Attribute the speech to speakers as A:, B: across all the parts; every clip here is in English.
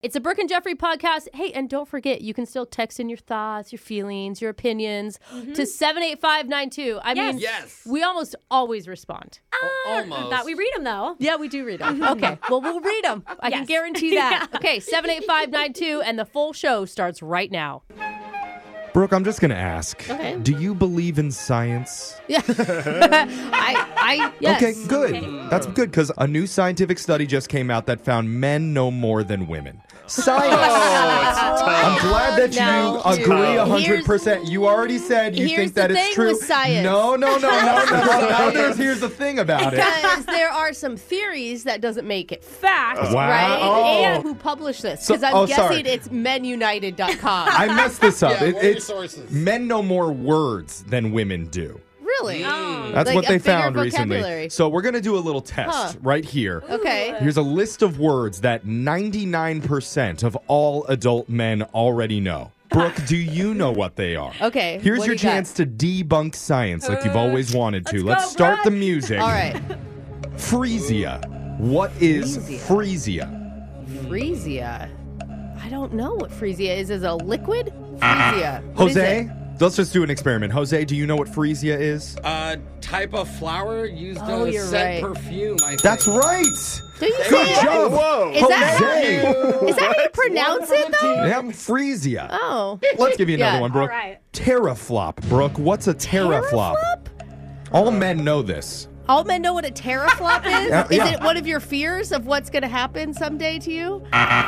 A: It's a Burke and Jeffrey podcast. Hey, and don't forget, you can still text in your thoughts, your feelings, your opinions to 78592. I mean,
B: Yes.
A: we almost always respond.
B: Oh, Almost.
C: Thought we read them though.
A: Yeah, we do read them. okay. Well, we'll read them. I can
C: Yes.
A: guarantee that. Okay, 78592, and the full show starts right now.
D: Brooke, I'm just going to ask.
A: Okay.
D: Do you believe in science?
A: I, I, yes.
D: Okay, good. That's good because a new scientific study just came out that found men know more than women.
A: Oh,
D: Science. I'm glad that
A: No.
D: you agree
A: Here's-
D: 100%. you already said you
A: here's
D: think that
A: the
D: it's
A: thing
D: true.
A: with science.
D: No, no, no, no, no. no. Now there's, here's the thing about it.
A: Because there are some theories that doesn't make it fact,
D: Wow.
A: right?
D: Oh.
A: And who published this?
D: So-
A: Because I'm
D: oh, sorry.
A: guessing it's menunited.com.
D: I messed this up.
E: Yeah,
D: It-
E: what are your
D: it's
E: sources?
D: men know more words than women do.
A: really?
B: Mm.
D: That's
A: Mm. Like
D: what
A: a
D: they
A: bigger
D: found
A: vocabulary.
D: recently. So we're going to do a little test right here.
A: Okay.
D: Here's a list of words that 99% of all adult men already know. Brooke, do you know what they are?
A: Okay,
D: Here's
A: what do
D: your
A: you got? Uh,
D: chance to debunk science like you've always wanted to.
C: let's
D: Let's,
C: go,
D: start the
C: Brooke.
D: music.
A: All right.
D: Frisia. What is Frisia?
A: Freesia. I don't know what Freesia is. Is a liquid? Freesia. What is
D: Ah. Jose?
A: it?
D: Let's just do an experiment. Jose, do you know what Frisia is?
B: uh, type of flower used
A: Oh,
B: to
A: you're
B: scent
A: right.
B: perfume. I think.
D: That's right.
A: Don't you
D: Good
A: say it?
D: job.
E: Whoa.
A: Is that-
D: Jose.
A: Is that how you pronounce it though?
D: Yeah, Frisia.
A: Oh.
D: Let's give you another
A: Yeah.
D: one, Brooke.
C: All right.
D: Teraflop, Brooke. What's a teraflop? All men know this.
A: All men know what a teraflop is?
D: Yeah,
A: Is
D: yeah.
A: it one of your fears of what's gonna happen someday to you?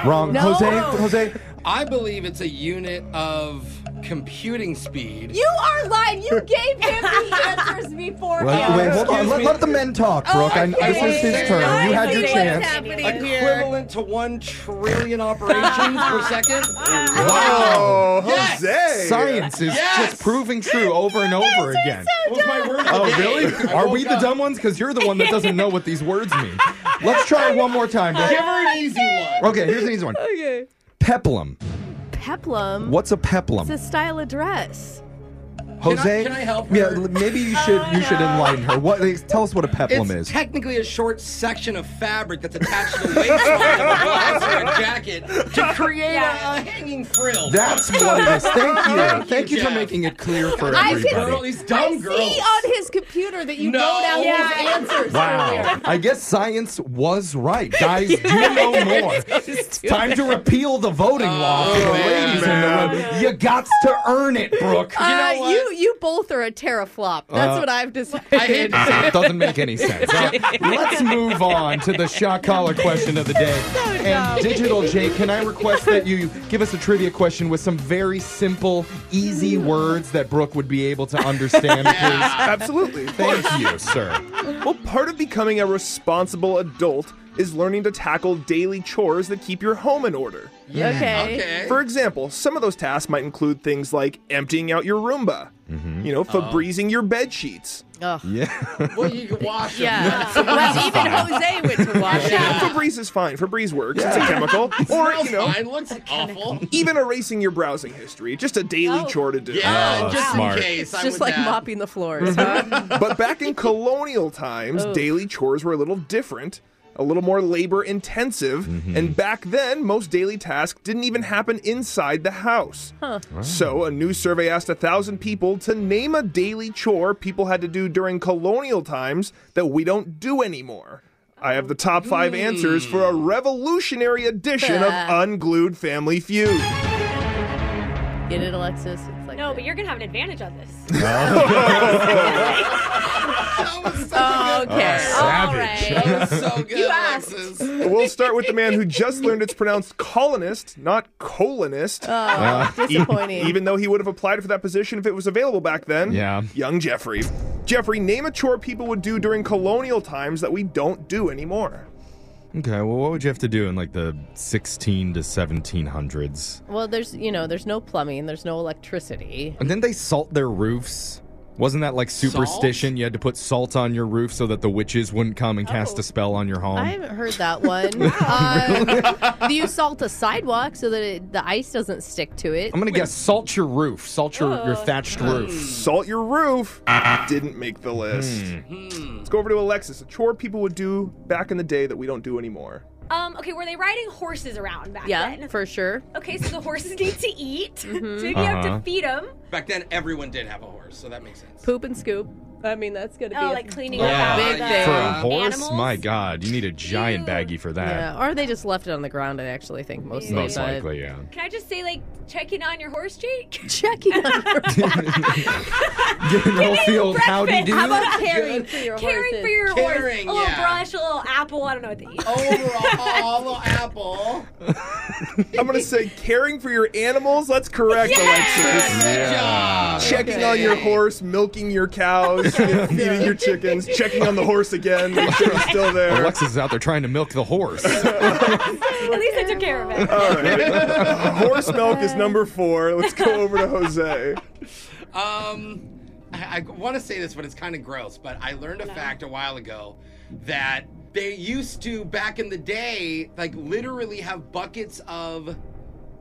D: Wrong.
A: No.
D: Um, Jose, Jose,
B: I believe it's a unit of computing speed.
C: You are lying. You gave him the answers before.
D: Wait,
C: him.
D: Uh, wait, hold on.
B: Excuse
D: Let,
B: me.
D: let the men talk,
B: Oh,
D: Brooke. I,
B: okay.
D: this is his turn.
B: I
D: you had your
B: see
D: chance.
B: Equivalent to one trillion operations per second.
E: Wow,
B: Yes.
E: Jose.
D: Science is
B: Yes.
D: just proving true over and over again.
B: What was my word?
D: Oh,
B: today?
D: really?
B: I
D: Are we
B: woke
D: the
B: up.
D: dumb ones? Because you're the one that doesn't know what these words mean. Let's try it one more time,
B: Give
D: Brooke.
B: her an easy one.
D: Okay, here's an easy one.
A: Okay.
D: Peplum.
A: Peplum.
D: What's a peplum?
A: It's a style of dress.
D: Jose,
B: can I help
D: Yeah,
B: her? Oh,
D: l- maybe you should you should enlighten her. What? Tell us what a peplum
B: It's
D: is.
B: technically a short section of fabric that's attached to the waistline of a blouse or a jacket to create
C: Yeah.
B: a, a hanging frill.
D: That's what it is. Thank you. Thank,
B: you,
D: you, for
B: Jeff.
D: making it clear for
A: I
D: everybody.
A: could-
B: girl, these dumb
A: See
B: girls.
A: on his computer that you
B: No.
A: wrote out his
C: Yeah.
A: answers.
D: Wow. I guess science was right. Guys, do know more. It's time to repeal the voting law for the
B: man.
D: ladies in the room. You got to earn it, Brooke.
A: Uh,
B: know what?
A: you you both are a teraflop. That's
D: Uh,
A: what I've decided.
B: I hate to say
D: It doesn't make any sense. Uh, Let's move on to the shock collar question of the day. And Digital Jake, can I request that you give us a trivia question with some very simple, easy words that Brooke would be able to understand, please?
E: Absolutely.
D: Thank you, sir.
E: well, part of becoming a responsible adult is learning to tackle daily chores that keep your home in order.
A: Okay.
B: Okay.
E: For example, some of those tasks might include things like emptying out your Roomba,
D: Mm-hmm.
E: you know,
A: Oh.
E: Febrezing your bed sheets.
B: well, you can wash them.
A: Yeah. well, even Jose went to watch it.
E: Febreze is fine. Febreze works. It's a chemical. or,
B: Smells
E: you know,
B: fine. Looks awful.
E: even erasing your browsing history. Just a daily
A: Oh.
E: chore to do.
B: Yeah,
D: Oh,
B: just
D: smart.
B: in case. I
A: Just
B: was
A: like
B: down.
A: mopping the floors. huh?
E: But back in colonial times, daily chores were a little different, a little more labor intensive, and back then, most daily tasks didn't even happen inside the house. So, a new survey asked a thousand people to name a daily chore people had to do during colonial times that we don't do anymore. I have the top five answers for a revolutionary edition of Unglued Family Feud.
D: Mm-hmm.
A: Get it, Alexis? It's like
C: No,
A: that.
C: but you're gonna have an advantage on this.
A: Oh, okay.
D: Savage.
C: All right.
B: That was so good.
A: You asked.
B: Alexis.
E: We'll start with the man who just learned it's pronounced colonist, not colonist.
A: Oh,
E: Uh, e-,
A: Disappointing.
E: Even though he would have applied for that position if it was available back then.
D: Yeah.
E: Young Jeffrey. Jeffrey, name a chore people would do during colonial times that we don't do anymore.
D: Okay, well, what would you have to do in like the 16 to 1700s?
A: well, there's you know there's no plumbing, there's no electricity.
D: And then they salt their roofs. Wasn't that like superstition? You had to put salt on your roof so that the witches wouldn't come and cast a spell on your home.
A: I haven't heard that one. um, do you salt a sidewalk so that it, the ice doesn't stick to it?
D: I'm gonna guess salt your roof, salt your, your thatched roof.
E: Salt your roof didn't make
D: Hmm.
A: Hmm.
E: the list. Let's go over to Alexis. A chore people would do back in the day that we don't do anymore.
F: Um, okay, were they riding horses around back
A: Yeah, Mm-hmm.
F: then?
A: for sure.
F: okay, so the horses need to eat. So you have
D: Uh-huh.
F: to feed them.
B: Back then, everyone did have a horse, so that makes sense.
A: Poop and scoop. I mean, that's gonna be
F: Oh,
A: a-
F: like cleaning
B: Yeah.
F: up
B: Big
F: all the
A: thing.
D: For a
A: Yeah.
D: horse,
F: animals.
D: my God, you need a giant
F: Ew.
D: baggie for that.
A: yeah, or they just left it on the ground. I actually think mostly,
D: Most
A: but-
D: likely, yeah.
F: Can I just say, like, checking on your horse, Jake?
A: Checking on your
C: Getting real field. How do you do?
A: How about caring for your
F: Caring for
A: horses?
F: your
B: Caring,
F: horse. A little
B: yeah.
F: brush, a little apple. I don't know what they eat.
B: Overall, little apple.
E: I'm gonna say caring for your animals. That's correct, Alexis.
B: Good
C: Uh,
B: job.
E: Checking on your horse, milking your cows, feeding your chickens, checking on the horse again, make sure it's still there.
D: Alexa's out there trying to milk the horse.
F: At least I took care of it.
E: All right. Horse milk is number four. Let's go over to Jose.
B: Um, I, I want to say this, but it's kind of gross. But I learned a fact a while ago that they used to back in the day, like literally have buckets of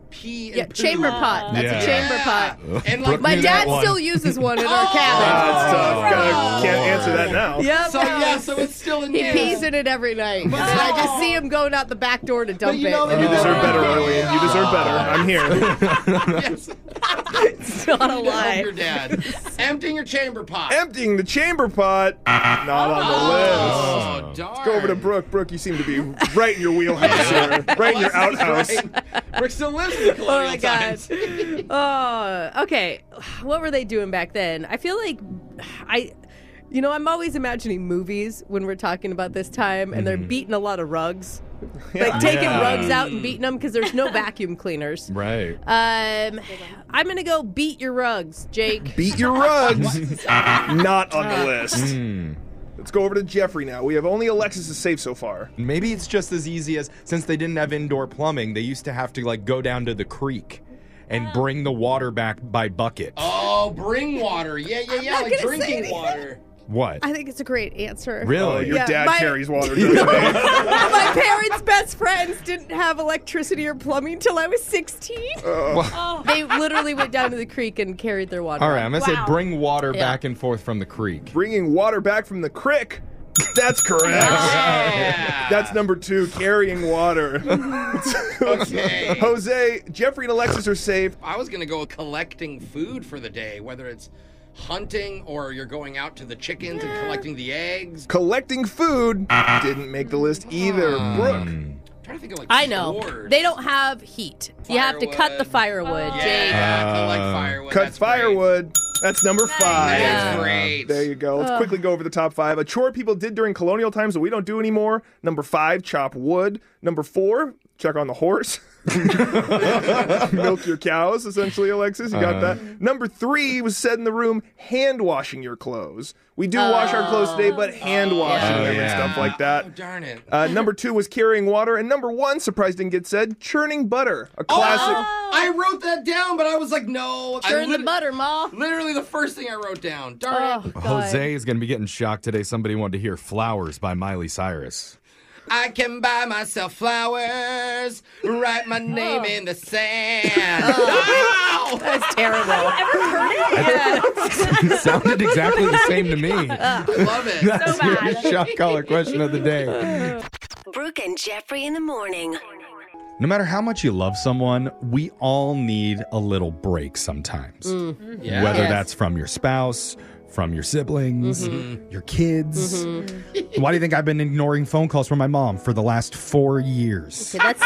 B: pee and
A: Yeah,
B: poo.
A: chamber
C: Uh,
A: pot. That's
D: Yeah.
A: a chamber pot.
B: Yeah. And
D: Brooke
B: like
A: My
D: Knew that
A: dad
D: one.
A: still uses one in our cabin.
E: That's tough.
D: Oh,
E: Gotta- can't
D: Lord.
E: answer that now.
A: Oh. Yep.
B: So yeah, so it's still in
A: He
B: there.
A: pees in it every night. And I just see him going out the back door to dump
C: you know
A: it.
C: that-
E: You deserve
C: Oh.
E: better, Eileen. You deserve better. I'm here.
B: Yes.
A: It's not a
B: Help
A: lie.
B: your dad. Emptying your chamber pot.
E: Emptying the chamber pot. Not on the list.
B: oh, darn.
E: Go over to Brooke. Brooke, you seem to be right in your wheelhouse here. Right in your outhouse.
B: Brooke still lives in the colonial
A: Oh my god.
B: times.
A: oh, okay. What were they doing back then? I feel like I you know, I'm always imagining movies when we're talking about this time and they're beating a lot of rugs. Like taking
D: Mm-hmm. Yeah.
A: rugs out and beating them because there's no vacuum cleaners.
D: right.
A: Um, I'm gonna go beat your rugs, Jake.
E: Beat your rugs. Not on the list. Let's go over to Jeffrey now. We have only Alexis is safe so far.
C: Maybe it's just as easy as since they didn't have indoor plumbing, they used to have to like go down to the creek and bring the water back by bucket.
B: Oh, bring water. Yeah, yeah, yeah.
A: not
B: Like
A: gonna say
B: drinking
A: anything.
B: water.
D: What?
A: I think it's a great answer.
D: Really?
E: Oh, your
A: Yeah,
E: dad
A: my-
E: carries water. doesn't he?
A: My parents' best friends didn't have electricity or plumbing till I was 16. Oh. They literally went down to the creek and carried their water.
C: All right, I'm gonna
F: Wow.
C: say bring water back and forth from the creek.
E: Bringing water back from the crick. That's correct.
B: Yeah.
E: That's number two, carrying water.
B: Okay.
E: Jose, Jeffrey and Alexis are safe.
B: I was gonna go collecting food for the day, whether it's hunting or you're going out to the chickens and collecting the eggs.
E: Collecting food didn't make the list either. Brooke,
B: I'm trying to think of like
A: I know.
B: swords.
A: They don't have heat. You have to cut the firewood, Oh. Jake.
B: Yeah, collect
D: Uh,
B: firewood.
E: cut
B: That's great.
E: firewood. That's number five.
B: That's
A: Yeah.
B: great.
E: There you go. Let's quickly go over the top five. A chore people did during colonial times that we don't do anymore. Number five, chop wood. Number four, check on the horse. Milk your cows, essentially, Alexis. You got that. Number three was said in the room, hand washing your clothes. We do wash our clothes today, but hand washing
D: Oh,
E: them and
D: yeah.
E: stuff like
B: Oh,
E: that.
B: darn it.
E: Uh, number two was carrying water. And number one, surprise didn't get said, churning butter.
B: Oh,
E: A classic.
B: I wrote that down, but I was like, no. I
A: Turn Oh. the
B: lit-
A: butter, Ma.
B: Literally the first thing I wrote down. Darn
A: Oh,
B: it.
D: Jose is going to be getting shocked today. Somebody wanted to hear Flowers by Miley Cyrus.
B: I can buy myself flowers, write
A: Oh.
B: my name in the sand. Ow!
A: That's Oh. terrible.
D: It sounded exactly the same to me.
B: Love it.
F: So bad.
C: Your shock collar question of the day.
G: Brooke and Jeffrey in the morning.
D: No matter how much you love someone, we all need a little break sometimes.
B: Yeah.
D: Whether
A: Yes.
D: that's from your spouse, from your siblings, your kids.
A: Mm-hmm.
D: Why do you think I've been ignoring phone calls from my mom for the last four years?
A: That's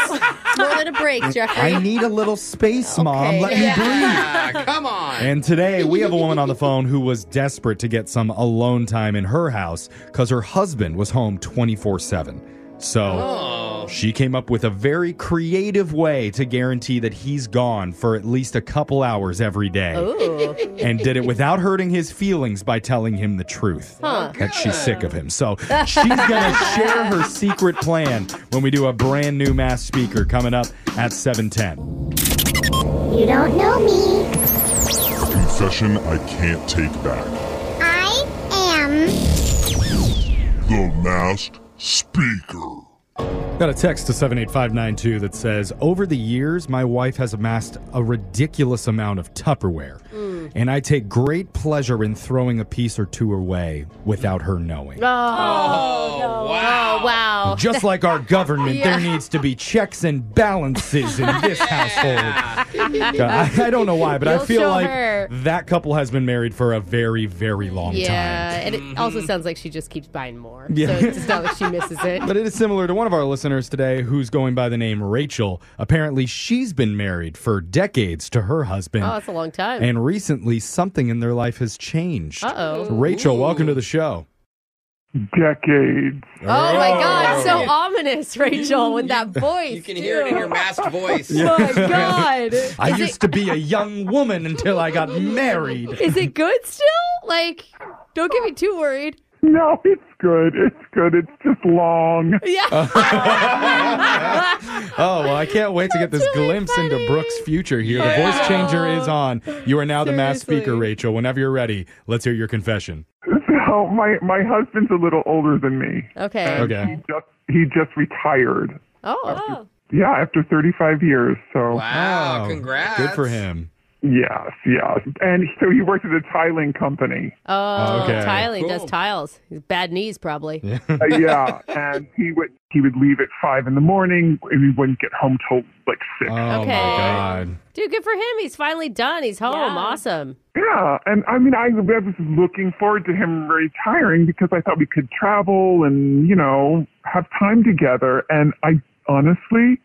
A: more than a break, Jeffrey.
D: I need a little space, mom.
A: Okay.
D: Let me breathe.
B: Yeah, come on.
D: And today we have a woman on the phone who was desperate to get some alone time in her house because her husband was home 24 7. So she came up with a very creative way to guarantee that he's gone for at least a couple hours every day. And did it without hurting his feelings by telling him the truth that she's sick of him. So she's going to share her secret plan when we do a brand new mass speaker coming up at 710.
H: You don't know me.
I: A confession I can't take back.
H: I am.
I: The Masked Speaker.
D: Got a text to 78592 that says, Over the years, my wife has amassed a ridiculous amount of Tupperware. and I take great pleasure in throwing a piece or two away without her knowing.
J: Oh, wow.
A: Oh, Wow.
D: Just like our government,
A: Oh. Yeah.
D: there needs to be checks and balances in this household. I, I don't know why, but I
A: You'll
D: feel
A: show
D: like
A: her.
D: that couple has been married for a very, very long time.
A: Yeah, and
J: Mm-hmm.
A: it also sounds like she just keeps buying more.
D: Yeah.
A: So it's not like she misses it.
D: But it is similar to one of our listeners today who's going by the name Rachel. Apparently, she's been married for decades to her husband.
A: Oh, that's a long time.
D: and recently, something in their life has changed.
A: Uh-oh.
D: Rachel, welcome to the show.
I: Decades.
A: oh my God,
D: Oh.
A: so ominous, Rachel, with that voice.
J: You can hear it in your masked voice.
A: Oh my God.
D: I
A: Is
D: used to be a young woman until I got married.
A: it, is it good still? Like, don't get me too worried.
I: No, it's good. It's good. It's just long.
A: Yeah.
D: Oh, well, I can't wait to get this glimpse into Brooke's future here. The voice changer is on. You are now the mass speaker,
A: Oh. Seriously.
D: Rachel. Whenever you're ready, let's hear your confession.
I: So my my husband's a little older than me.
A: okay.
D: Okay.
I: Just he just retired.
A: Oh.
I: Yeah, after 35 years.
J: Wow,
I: So
D: Wow.
J: congrats.
D: Good for him.
I: yes, yes. And so he worked at a tiling company.
A: Oh,
D: Okay.
A: tiling does
J: Cool.
A: tiles. He's bad knees, probably.
I: Uh, yeah, and he would he would leave at five in the morning. and He wouldn't get home till like six.
D: Oh,
A: Okay.
D: my God.
A: Dude, good for him. He's finally done. He's home. Awesome.
I: Yeah, and I mean, I, I was looking forward to him retiring because I thought we could travel and you know have time together. And I honestly,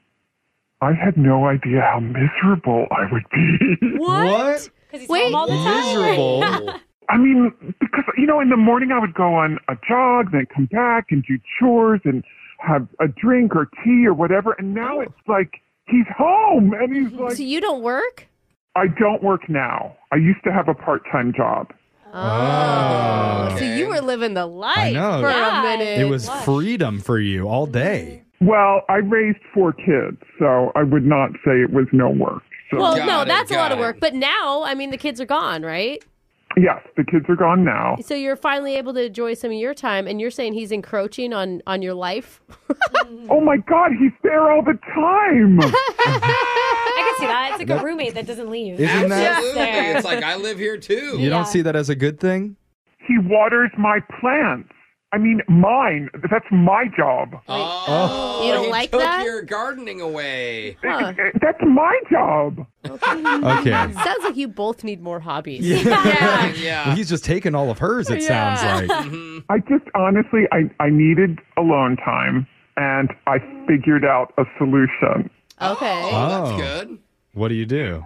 I: I had no idea how miserable I would be.
D: What?
A: Wait,
D: Miserable.
I: I mean, because you know, in the morning I would go on a jog, then come back and do chores and have a drink or tea or whatever. And now it's like he's home, and he's like,
A: so you don't work?
I: I don't work now. I used to have a part-time job.
D: Oh.
A: So you were living the life
D: I know.
A: for
D: Yeah.
A: a minute.
D: It was freedom for you all day.
I: Well, I raised four kids, so I would not say it was no work. So
A: Well,
J: Got
A: no,
J: it,
A: that's a lot
J: got
A: of work.
J: it.
A: But now, I mean, the kids are gone, right?
I: yes, the kids are gone
D: Oh.
I: now.
A: So you're finally able to enjoy some of your time, and you're saying he's encroaching on on your life.
I: Oh my God, he's there all the time.
K: I can see that. It's like a roommate that doesn't leave.
D: Isn't that?
J: Absolutely.
K: Yeah.
J: It's like I live here too.
D: You don't see that as a good thing?
I: he waters my plants. I mean, mine. That's my job.
J: Oh,
A: You don't
J: he
A: like
J: took
A: that?
J: your gardening away.
A: Huh.
I: That's my job.
D: Okay.
A: Sounds like you both need more hobbies.
J: Yeah. Mm-hmm.
D: Well, he's just taking all of hers, it sounds like.
I: I just honestly, I, I needed alone time, and I figured out a solution.
A: Okay.
J: Oh,
D: Oh.
J: that's good.
D: What do you do?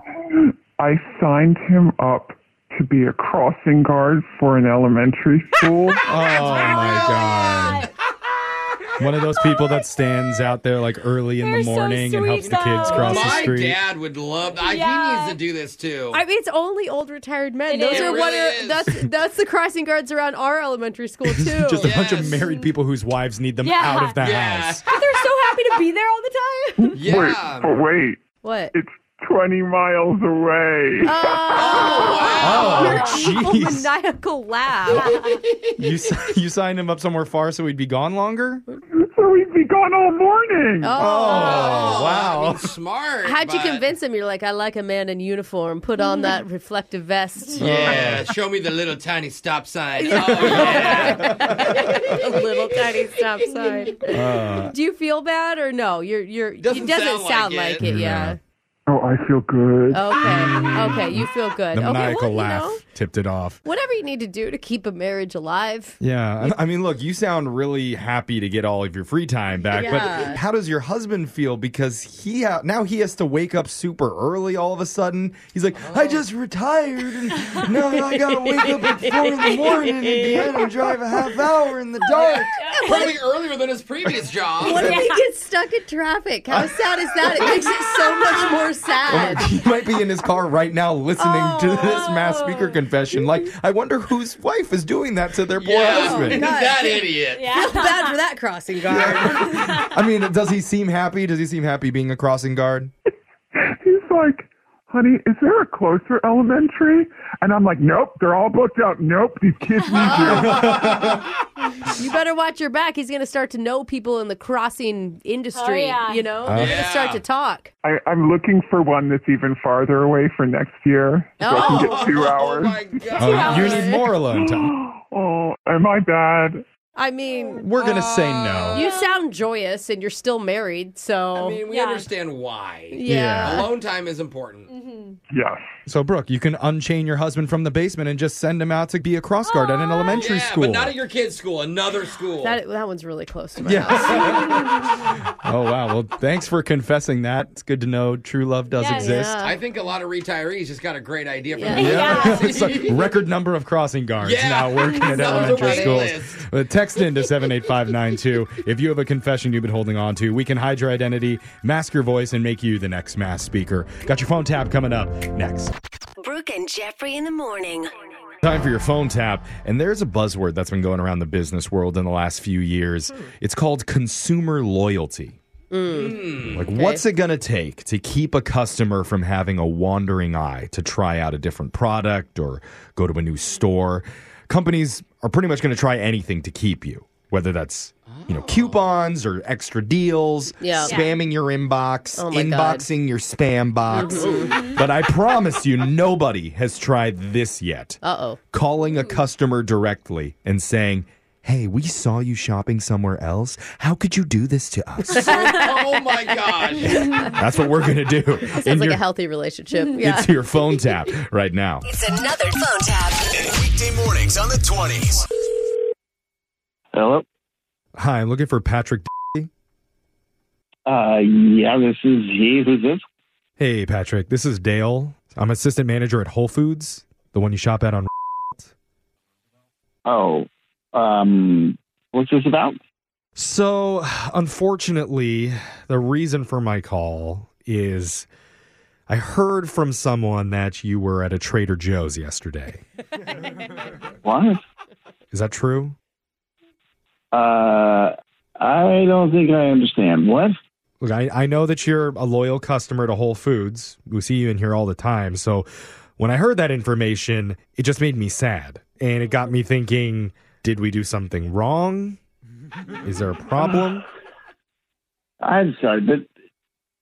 I: I signed him up to be a crossing guard for an elementary school.
D: Oh my god. One of those people that stands out there like early in the
K: They're so
D: morning and
K: sweet,
D: helps the kids
K: though.
D: cross the
J: My
D: street.
J: dad would love. I,
K: Yeah.
J: He needs to do this too.
C: I mean, it's only old retired men.
K: It
C: Those
K: is.
C: are
K: It
C: what
J: really
C: are
J: is.
C: that's that's the crossing guards around our elementary school too.
D: Just a bunch of
J: Yes.
D: married people whose wives need them
K: Yeah.
D: out of the
J: Yeah.
D: house.
K: But they're so happy to be there all the time.
I: Wait,
J: yeah.
I: but Oh, wait,
C: what?
I: it's 20 miles away.
D: Oh,
C: Evil
D: jeez.
C: maniacal laugh.
D: You, s- you signed him up somewhere far so he'd be gone longer?
I: so we'd be gone all morning.
J: Oh,
D: wow.
J: I mean, smart.
A: How'd you
J: but-
A: convince him? You're like, I like a man in uniform. Put on that reflective vest.
J: Yeah, show me the little tiny stop sign. Oh, yeah.
A: a little tiny stop sign.
I: Uh,
D: Uh,
C: Do you feel bad or no? You're you're
J: Doesn't
C: it doesn't
J: sound
C: sound,
J: like
C: like,
J: it.
C: it, yeah.
I: Oh, I feel good.
A: Okay. Okay. You feel good.
D: The
A: okay.
D: maniacal
A: well, you
D: laugh
A: know,
D: tipped it off.
A: whatever you need to do to keep a marriage alive.
D: Yeah. I I mean, look, you sound really happy to get all of your free time back,
C: Yeah.
D: but how does your husband feel? Because he ha- now he has to wake up super early all of a sudden. He's like,
A: Oh.
D: I just retired, and now I gotta wake up at four in the morning again and drive a half hour in the dark.
J: Probably earlier than his previous job.
C: What if he gets stuck in traffic? How sad is that? It makes it so much
D: Oh,
C: more sad.
D: He might be in his car right now listening to this mass speaker confession. Like, I wonder whose wife is doing that to their poor
J: yeah.
C: Oh,
D: husband.
J: that idiot.
C: Bad for that crossing guard.
D: I mean, does he seem happy? Does he seem happy being a crossing guard?
I: He's like, honey, is there a closer elementary? And I'm like, nope, they're all booked out. Nope, these kids need you.
A: you better watch your back. He's going to start to know people in the crossing industry.
K: Oh, yeah.
A: You know,
I: Oh.
A: They're gonna start
I: Yeah.
A: to talk.
I: I, I'm looking for one that's even farther away for next year, so I can get two hours.
D: Oh, you need more alone time.
I: oh, am I bad?
A: I mean, uh,
D: We're gonna say no.
A: you sound joyous and you're still married, so
J: I mean, we understand why.
D: Yeah.
J: Alone time is important.
A: Mm-hmm.
D: Yes. So, Brooke, you can unchain your husband from the basement and just send him out to be a cross guard at an elementary
J: Ah, Yeah,
D: school.
J: but not at your kid's school, another school.
A: That that one's really close to my
D: Yeah.
A: house.
D: oh, wow. Well, thanks for confessing that. It's good to know true love does exist.
J: I think a lot of retirees just got a great idea from
D: Yeah.
J: that.
D: It's a record number of crossing guards
J: Yeah.
D: now working
J: Now
D: at
J: there's a
D: elementary
J: waiting
D: schools.
J: list.
D: Uh, Text in to 78592 if you have a confession you've been holding on to. We can hide your identity, mask your voice, and make you the next mass speaker. Got your phone tab coming up next.
G: Brooke and Jeffrey in the morning.
D: Time for your phone tap. And there's a buzzword that's been going around the business world in the last few years. It's called consumer loyalty. Like, what's it going to take to keep a customer from having a wandering eye to try out a different product or go to a new store? Companies are pretty much going to try anything to keep you, whether that's you know coupons or extra deals,
L: Yeah. Yeah.
D: spamming your inbox,
L: Oh my God.
D: inboxing your spam box.
L: Mhm.
D: but I promise you, nobody has tried this yet
A: Uh oh.
D: calling a customer directly and saying, Hey, we saw you shopping somewhere else. How could you do this to us?
J: oh my gosh.
D: That's what we're going to do.
A: That
D: In
A: sounds like
D: your-
A: a healthy relationship. Yeah.
D: It's your phone tap right now.
G: It's another phone tap.
M: Weekday mornings on the 20s.
D: Hello? Hi, I'm looking for Patrick. D.
N: Uh, yeah, this is he. Who's this?
D: Hey, Patrick. This is Dale. I'm assistant manager at Whole Foods, the one you shop at on.
N: Oh, um, what's this about?
D: So, unfortunately, the reason for my call is I heard from someone that you were at a Trader Joe's yesterday.
N: What?
D: Is that true?
N: Uh, I don't think I understand. What?
D: Look, I, I know that you're a loyal customer to Whole Foods. We see you in here all the time. So when I heard that information, it just made me sad. And it got me thinking did we do something wrong? Is there a problem?
N: I'm sorry, but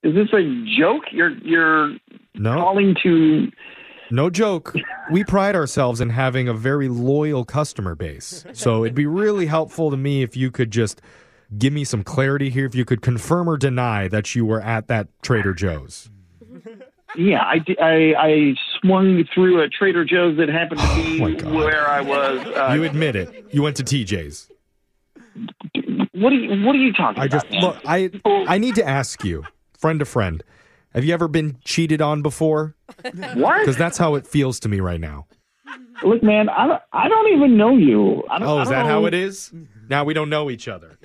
N: is this a joke? You're you're
D: No.
N: calling to
D: No joke. We pride ourselves in having a very loyal customer base. So it'd be really helpful to me if you could just give me some clarity here, if you could confirm or deny that you were at that Trader Joe's.
N: yeah. I, di- I I swung through a Trader Joe's that happened to be where I was. Uh,
D: You admit it. You went to TJ's.
N: what are you What are you talking
D: I
N: about?
D: just look. I I need to ask you, friend to friend, have you ever been cheated on before?
N: What?
D: Because that's how it feels to me right now.
N: Look, man, I don't, I don't even know you. I don't,
D: Oh,
N: I
D: is
N: don't
D: that
N: know- Mm-hmm.
D: how it is? Now we don't know each other.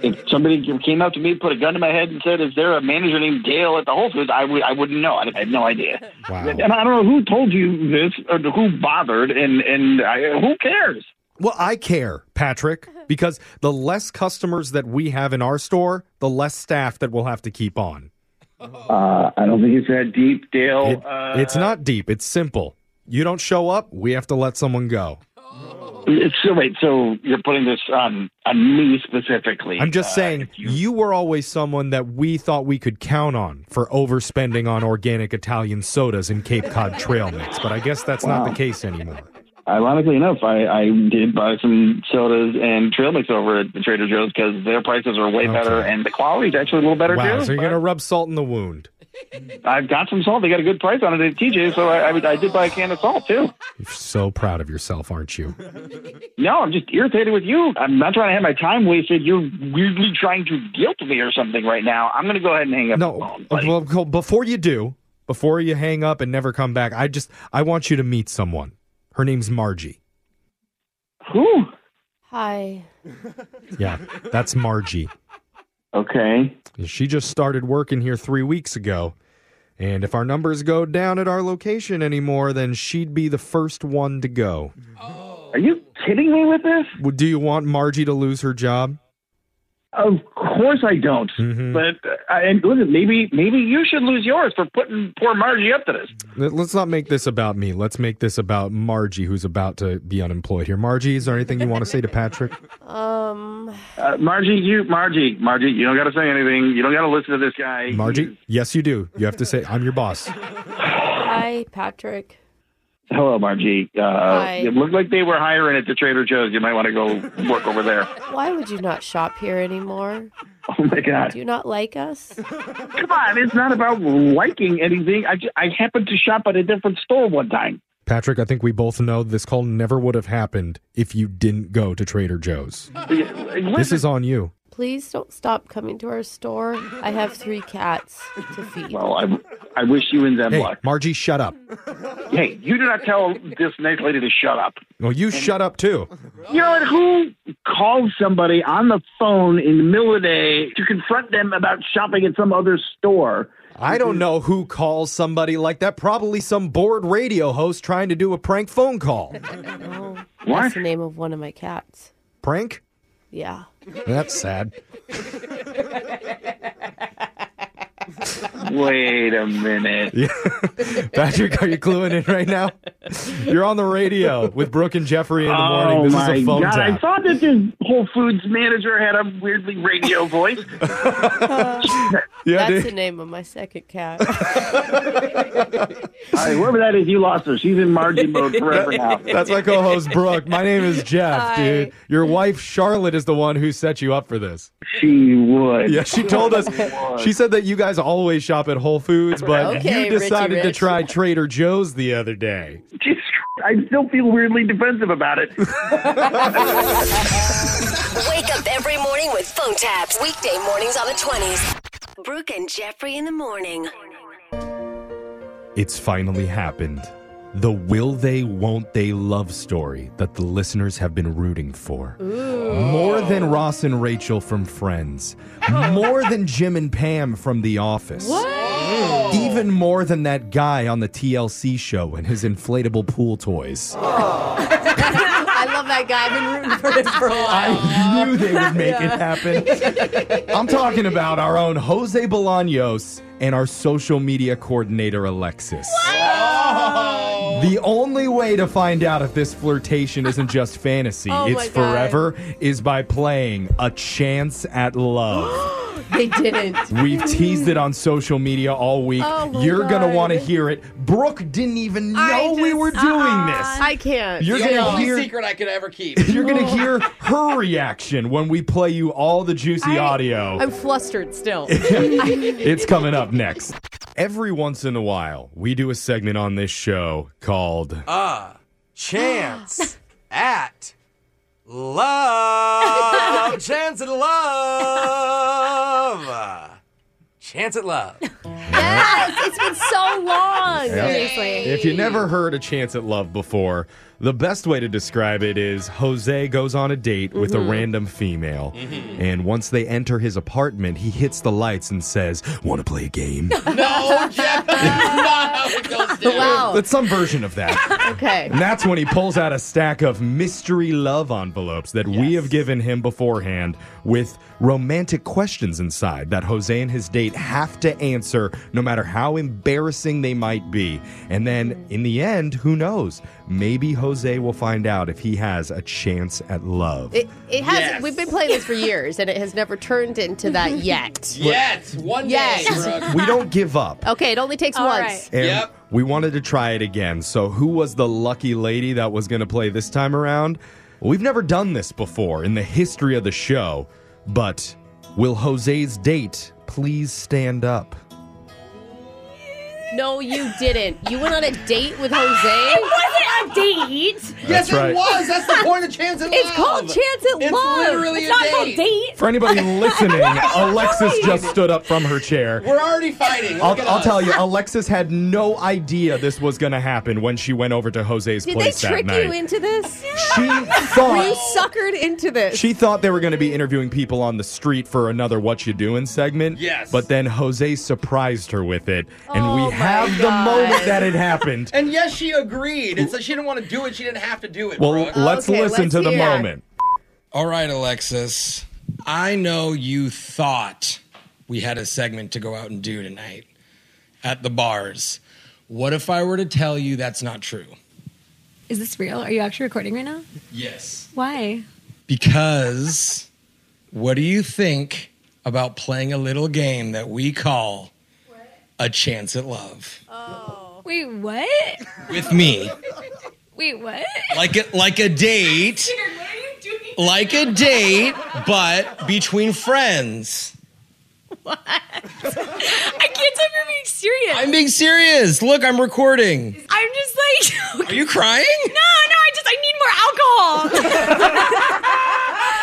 N: If somebody came up to me, put a gun to my head, and said, "Is there a manager named Dale at the Whole Foods?" I would I wouldn't know. I would have no idea.
D: Wow.
N: And I don't know who told you this or who bothered, and and I, who cares?
D: Well, I care, Patrick,
N: Uh-huh.
D: because the less customers that we have in our store, the less staff that we'll have to keep on.
N: Uh, I don't think it's that deep, Dale. uh,
D: it's not deep. It's simple. You don't show up, we have to let someone go.
N: It's, so wait, so you're putting this on on me specifically?
D: I'm just
N: Uh,
D: saying, you... were always someone that we thought we could count on for overspending on organic Italian sodas and Cape Cod trail mix, but I guess that's not
N: Wow.
D: the case anymore.
N: Ironically enough, I, I did buy some sodas and trail mix over at the Trader Joe's because their prices are way better and the quality's actually a little better
D: wow,
N: too.
D: so you're
N: but
D: going to rub salt in the wound.
N: I've got some salt. They got a good price on it at TJ, so I, I, would- I did buy a can of salt too.
D: You're so proud of yourself, aren't you?
N: No, I'm just irritated with you. I'm not trying to have my time wasted. You're weirdly trying to guilt me or something right now. I'm going to go ahead and hang up. the phone.
D: Uh, Well, go- before you do, before you hang up and never come back, I just I want you to meet someone. Her name's Margie.
N: Who?
A: Hi.
D: Yeah, that's Margie.
N: Okay.
D: She just started working here three weeks ago, and if our numbers go down at our location anymore, then she'd be the first one to go.
N: Are you kidding me with this?
D: Do you want Margie to lose her job? Mm-hmm.
N: Of course I don't. But uh, I, and listen, maybe maybe you should lose yours for putting poor Margie up to this.
D: Let- Let's not make this about me. Let's make this about Margie, who's about to be unemployed here. Margie, is there anything you want to say to Patrick?
A: Um.
N: Uh, Margie, you Margie, Margie, you don't got to say anything. You don't got to listen to this guy.
D: Margie, yes, you do. You have to say, I'm your boss.
A: Hi, Patrick.
N: Hello, Margie. Uh,
A: Hi.
N: It looked like they were hiring at the Trader Joe's. You might want to go work over there.
A: Why would you not shop here anymore?
N: Oh my God!
A: Do you not like us?
N: Come on, it's not about liking anything. I ju- I happened to shop at a different store one time.
D: Patrick, I think we both know this call never would have happened if you didn't go to Trader Joe's. This is on you.
A: Please don't stop coming to our store. I have three cats to feed.
N: Well, I, I wish you and them
D: Hey,
N: luck.
D: Margie, shut up.
N: Hey, you do not tell this nice lady to shut up.
D: Well, you shut up too.
N: You know what? Who calls somebody on the phone in the middle of the day to confront them about shopping at some other store?
D: I don't know who calls somebody like that. Probably some bored radio host trying to do a prank phone call.
A: That's the name of one of my cats.
D: Prank?
A: Yeah.
D: That's sad.
N: Wait a minute.
D: Yeah. Patrick, are you cluing in right now? You're on the radio with Brooke and Jeffrey in the morning.
N: Oh
D: This
N: my
D: is a phone
N: god! I
D: tap.
N: thought that this Whole Foods manager had a weirdly radio voice.
A: That's the name of my second cat.
N: All right, whoever that is, you lost her. She's in margin mode forever now.
D: That's my co-host Brooke. My name is Jeff, dude. Your wife Charlotte is the one who set you up for this.
N: She would.
D: Yeah, she told us.
N: Would.
D: She said that you guys always shop at Whole Foods, but
N: Okay,
D: you
N: Richie
D: decided to
N: Rich.
D: try Trader Joe's the other day.
N: Jesus Christ, I still feel weirdly defensive about it.
G: Wake up every morning with phone taps. Weekday mornings on the 20s. Brooke and Jeffrey in the morning.
D: It's finally happened. The will they, won't they love story that the listeners have been rooting for. More than Ross and Rachel from Friends.
N: Oh.
D: More than Jim and Pam from The Office. Even more than that guy on the TLC show and his inflatable pool toys.
K: I love that guy. I've been rooting for him for a while.
D: I knew they would make it happen. I'm talking about our own Jose Bolaños and our social media coordinator, Alexis.
K: Oh,
D: The only way to find out if this flirtation isn't just fantasy,
A: Oh
D: it's
A: my God.
D: forever, is by playing A Chance at Love.
A: they didn't.
D: We've teased it on social media all week.
A: Oh my
D: You're going to
A: God.
D: want to hear it. Brooke didn't even know we were doing
K: Uh-uh.
D: this.
A: I can't.
D: You're
J: the
D: gonna
J: only
D: hear-
J: secret I could ever keep.
D: You're going to hear her reaction when we play you all the juicy audio.
C: I'm flustered still.
D: it's coming up next. Every once in a while, we do a segment on this show called
O: A chance at love. chance at love. Chance at love.
A: Yes, it's been so long.
D: Yeah. If you never heard a chance at love before, the best way to describe it is Jose goes on a date with a
B: Mhm.
D: random female,
B: Mhm.
D: and once they enter his apartment, he hits the lights and says, "Want to play a game?"
J: no, Jeff, that's not how it goes down.
D: That's some version of that.
C: okay.
D: And that's when he pulls out a stack of mystery love envelopes that we have given him beforehand with romantic questions inside that Jose and his date have to answer, no matter how embarrassing they might be. And then in the end, who knows? Maybe Jose will find out if he has a chance at love.
A: It, it has.
J: Yes.
A: We've been playing this for years, and it has never turned into that yet.
J: Yet, one
A: Yes.
J: day, Brooke.
D: we don't give up.
A: Okay, it only takes once.
D: And we wanted to try it again. So, who was the lucky lady that was going to play this time around? We've never done this before in the history of the show, but will Jose's date please stand up?
A: No, you didn't. You went on a date with Jose. it wasn't a date.
D: Yes, That's it right. was.
J: That's the point of chance at
A: It's called
J: Love.
A: chance at
J: It's
A: love.
J: literally It's a not called date. date.
D: For anybody listening, Alexis just stood up from her chair.
J: We're already fighting.
D: I'll,
J: Look at
D: I'll
J: us.
D: tell you, Alexis had no idea this was going to happen when she went over to Jose's
C: Did they
D: place that
C: trick
D: night.
C: you into this?
D: She
C: Were you
D: thought-
C: suckered into this?
D: She thought they were going to be interviewing people on the street for another "What You Doing" segment.
J: Yes.
D: But then Jose surprised her with it, and
J: Oh
D: we have the
J: God.
D: moment that it happened.
J: And yes, she agreed. It's like she didn't want to do it. She didn't have to do it.
D: Well,
J: Brooke.
D: let's listen to the moment.
O: All right, Alexis.
B: I know you thought we had a segment to go out and do tonight at the bars. What if I were to tell you that's not true?
F: Is this real? Are you actually recording right now?
B: Yes.
F: Why?
B: Because what do you think about playing a little game that we call a chance at love
F: Wait, what?
B: with me?
F: Wait, what?
B: Like a, like a date, like a date, but between friends.
F: What? I can't tell if you're being serious.
B: I'm being serious. Look, I'm recording.
F: I'm just like.
B: Are you crying?
F: No, no. I just I need more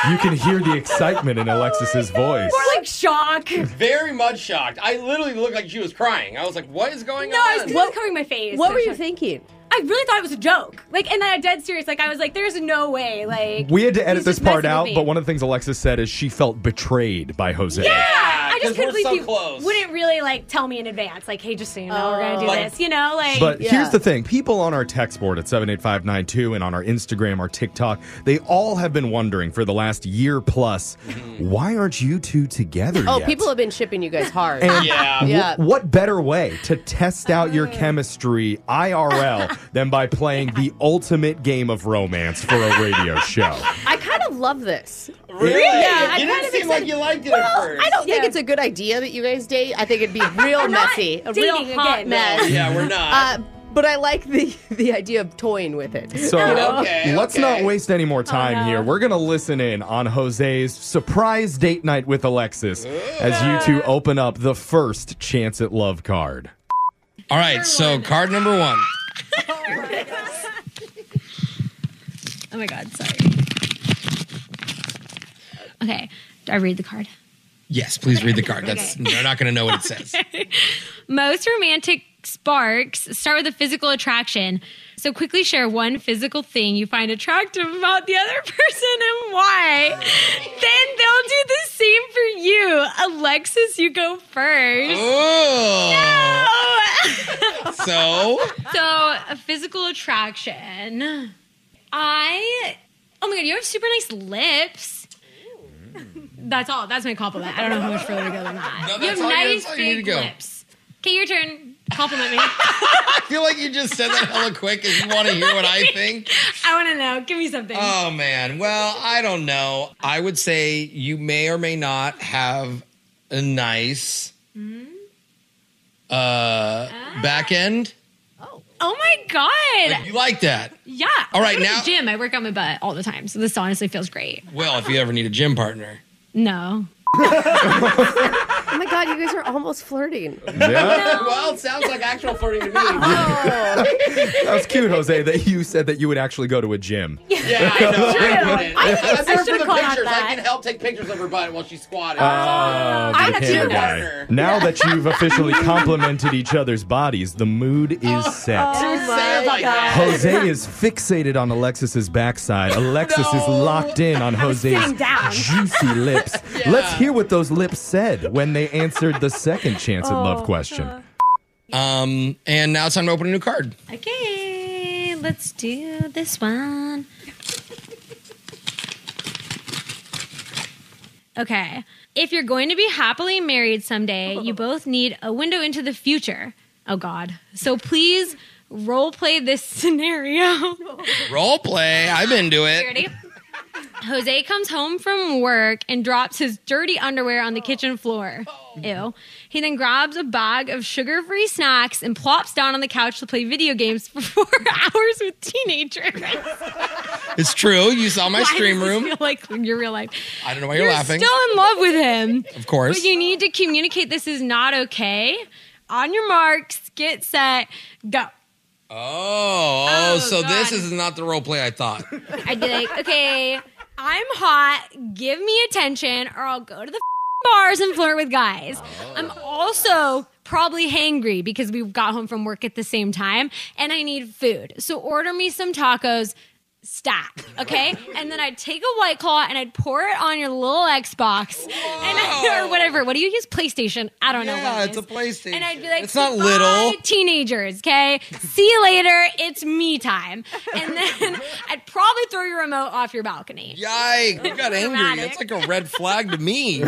D: You can hear the excitement
F: Oh
D: in Alexis's voice.
F: like shock.
J: Very much shocked. I literally looked like she was crying. I was like, what is going
F: No,
J: on?
F: I was, 'cause it was covering my face.
C: what were you
F: thinking? I really thought it was a joke. Like, and then I dead serious. Like, I was like, "There's no way." Like,
D: We had to edit
F: he's
D: this
F: just
D: part
F: messing with
D: out,
F: me.
D: but one of the things Alexis said is she felt betrayed by Jose.
F: I just
J: 'cause we're
F: couldn't believe
J: so
F: he
J: close.
F: wouldn't really like tell me in advance. Like, hey, just so you know, we're gonna do
B: Like-
F: this. You know, like.
D: But here's the thing people on our text board at 78592 and on our Instagram, our TikTok, they all have been wondering for the last year plus why aren't you two together
C: Oh,
D: yet?
C: people have been shipping you guys hard.
D: And wh-
C: yeah.
D: what better way to test out your chemistry IRL than by playing the ultimate game of romance for a radio show?
C: I kind of love this.
D: Really?
C: Yeah, I
J: You didn't
C: kind
J: seem
C: of
J: like
C: excited-
J: you liked it at
C: well,
J: first.
C: I don't think it's a good idea that you guys date. I think it'd be real messy, a real
F: dating
C: hot
F: again, no.
C: mess.
J: Yeah, we're not.
C: Uh, but I like the the idea of toying with it.
D: So
C: you know?
D: let's not waste any more time here. We're going to listen in on Jose's surprise date night with Alexis as you two open up the first Chance at Love card.
B: All right, so card number one.
F: Oh my god, sorry. Okay, do I read the card?
B: Yes, please read the card. That's they're not going to know what it says.
F: Most romantic sparks start with a physical attraction. So quickly share one physical thing you find attractive about the other person and why. then they'll do the same for you. Alexis, you go first. No!
B: Oh. So?
F: So, a physical attraction. I. Oh my god, you have super nice lips. That's all. That's my compliment. I don't know how much further to go than that.
B: No,
F: you have
B: that's all you-
F: nice
B: that's all you need
F: big
B: to go.
F: lips. Okay, your turn. Compliment me.
B: I feel like you just said that hella quick because you want to hear what I think.
F: I want to know. Give me something.
B: Oh man. Well, I don't know. I would say you may or may not have a nice
F: Mm.
B: uh back
J: Ah.
B: end.
F: Oh my god.
B: Like, you like that.
F: yeah.
B: All right,
F: I go to the
B: now-
F: gym. I work out my butt all the time, so this honestly feels great.
B: Well, if you ever need a gym partner.
F: No.
C: oh my god, you guys are almost flirting.
D: Yeah.
J: well, it sounds like actual flirting to me.
D: that was cute, Jose, that you said that you would actually go to a gym.
J: Yeah, I know. I, get it.
D: I
C: think
J: I'm there
C: I
J: for
C: should've
J: the
C: called out
J: pictures.
C: that.
J: I can help take pictures of her butt while she's squatted.
D: Oh,
J: I'm
D: the
J: a
D: camera
J: gym
D: guy.
J: partner.
D: Now that you've officially complimented each other's bodies, the mood
J: Oh,
C: Oh.
D: is set. Jose is fixated on Alexis's backside. Alexis is locked in on Jose's
F: sitting down.
D: juicy lips. Let's hear what those lips said when they answered the second chance at
F: Oh,
D: love question.
B: Um and now it's time to open a new card.
F: Okay, let's do this one. Okay. If you're going to be happily married someday, you both need a window into the future. Oh God. So please role play this scenario.
B: Role play. I've been to
F: You
B: it.
F: ready? Jose comes home from work and drops his dirty underwear on the kitchen floor.
B: Oh.
F: Ew. He then grabs a bag of sugar free snacks and plops down on the couch to play video games for four hours with teenagers.
B: It's true. You saw my
F: Why
B: stream
F: does this
B: room.
F: Feel like your real life.
B: I don't know why you're, laughing.
F: still in love with him.
B: Of course.
F: But you need to communicate this is not okay. On your marks, get set, go.
B: Oh, oh,
F: Oh,
B: so this
F: God.
B: is not the role play I thought.
F: I'd be like, okay, I'm hot. Give me attention, or I'll go to the bars and flirt with guys.
B: Oh.
F: I'm also probably hangry because we got home from work at the same time, and I need food. So order me some tacos. stop. Okay? and then I'd take a white claw and I'd pour it on your little Xbox and I- or whatever. What do you use? PlayStation. I don't know.
B: Yeah,
F: what it
B: it's a
F: is.
B: PlayStation.
F: And I'd be like,
B: It's not
F: "Goodbye,
B: little."
F: Teenagers, okay? See you later. It's me time. And then I'd probably throw your remote off your balcony.
B: Yikes! You got angry. That's like a red flag to me.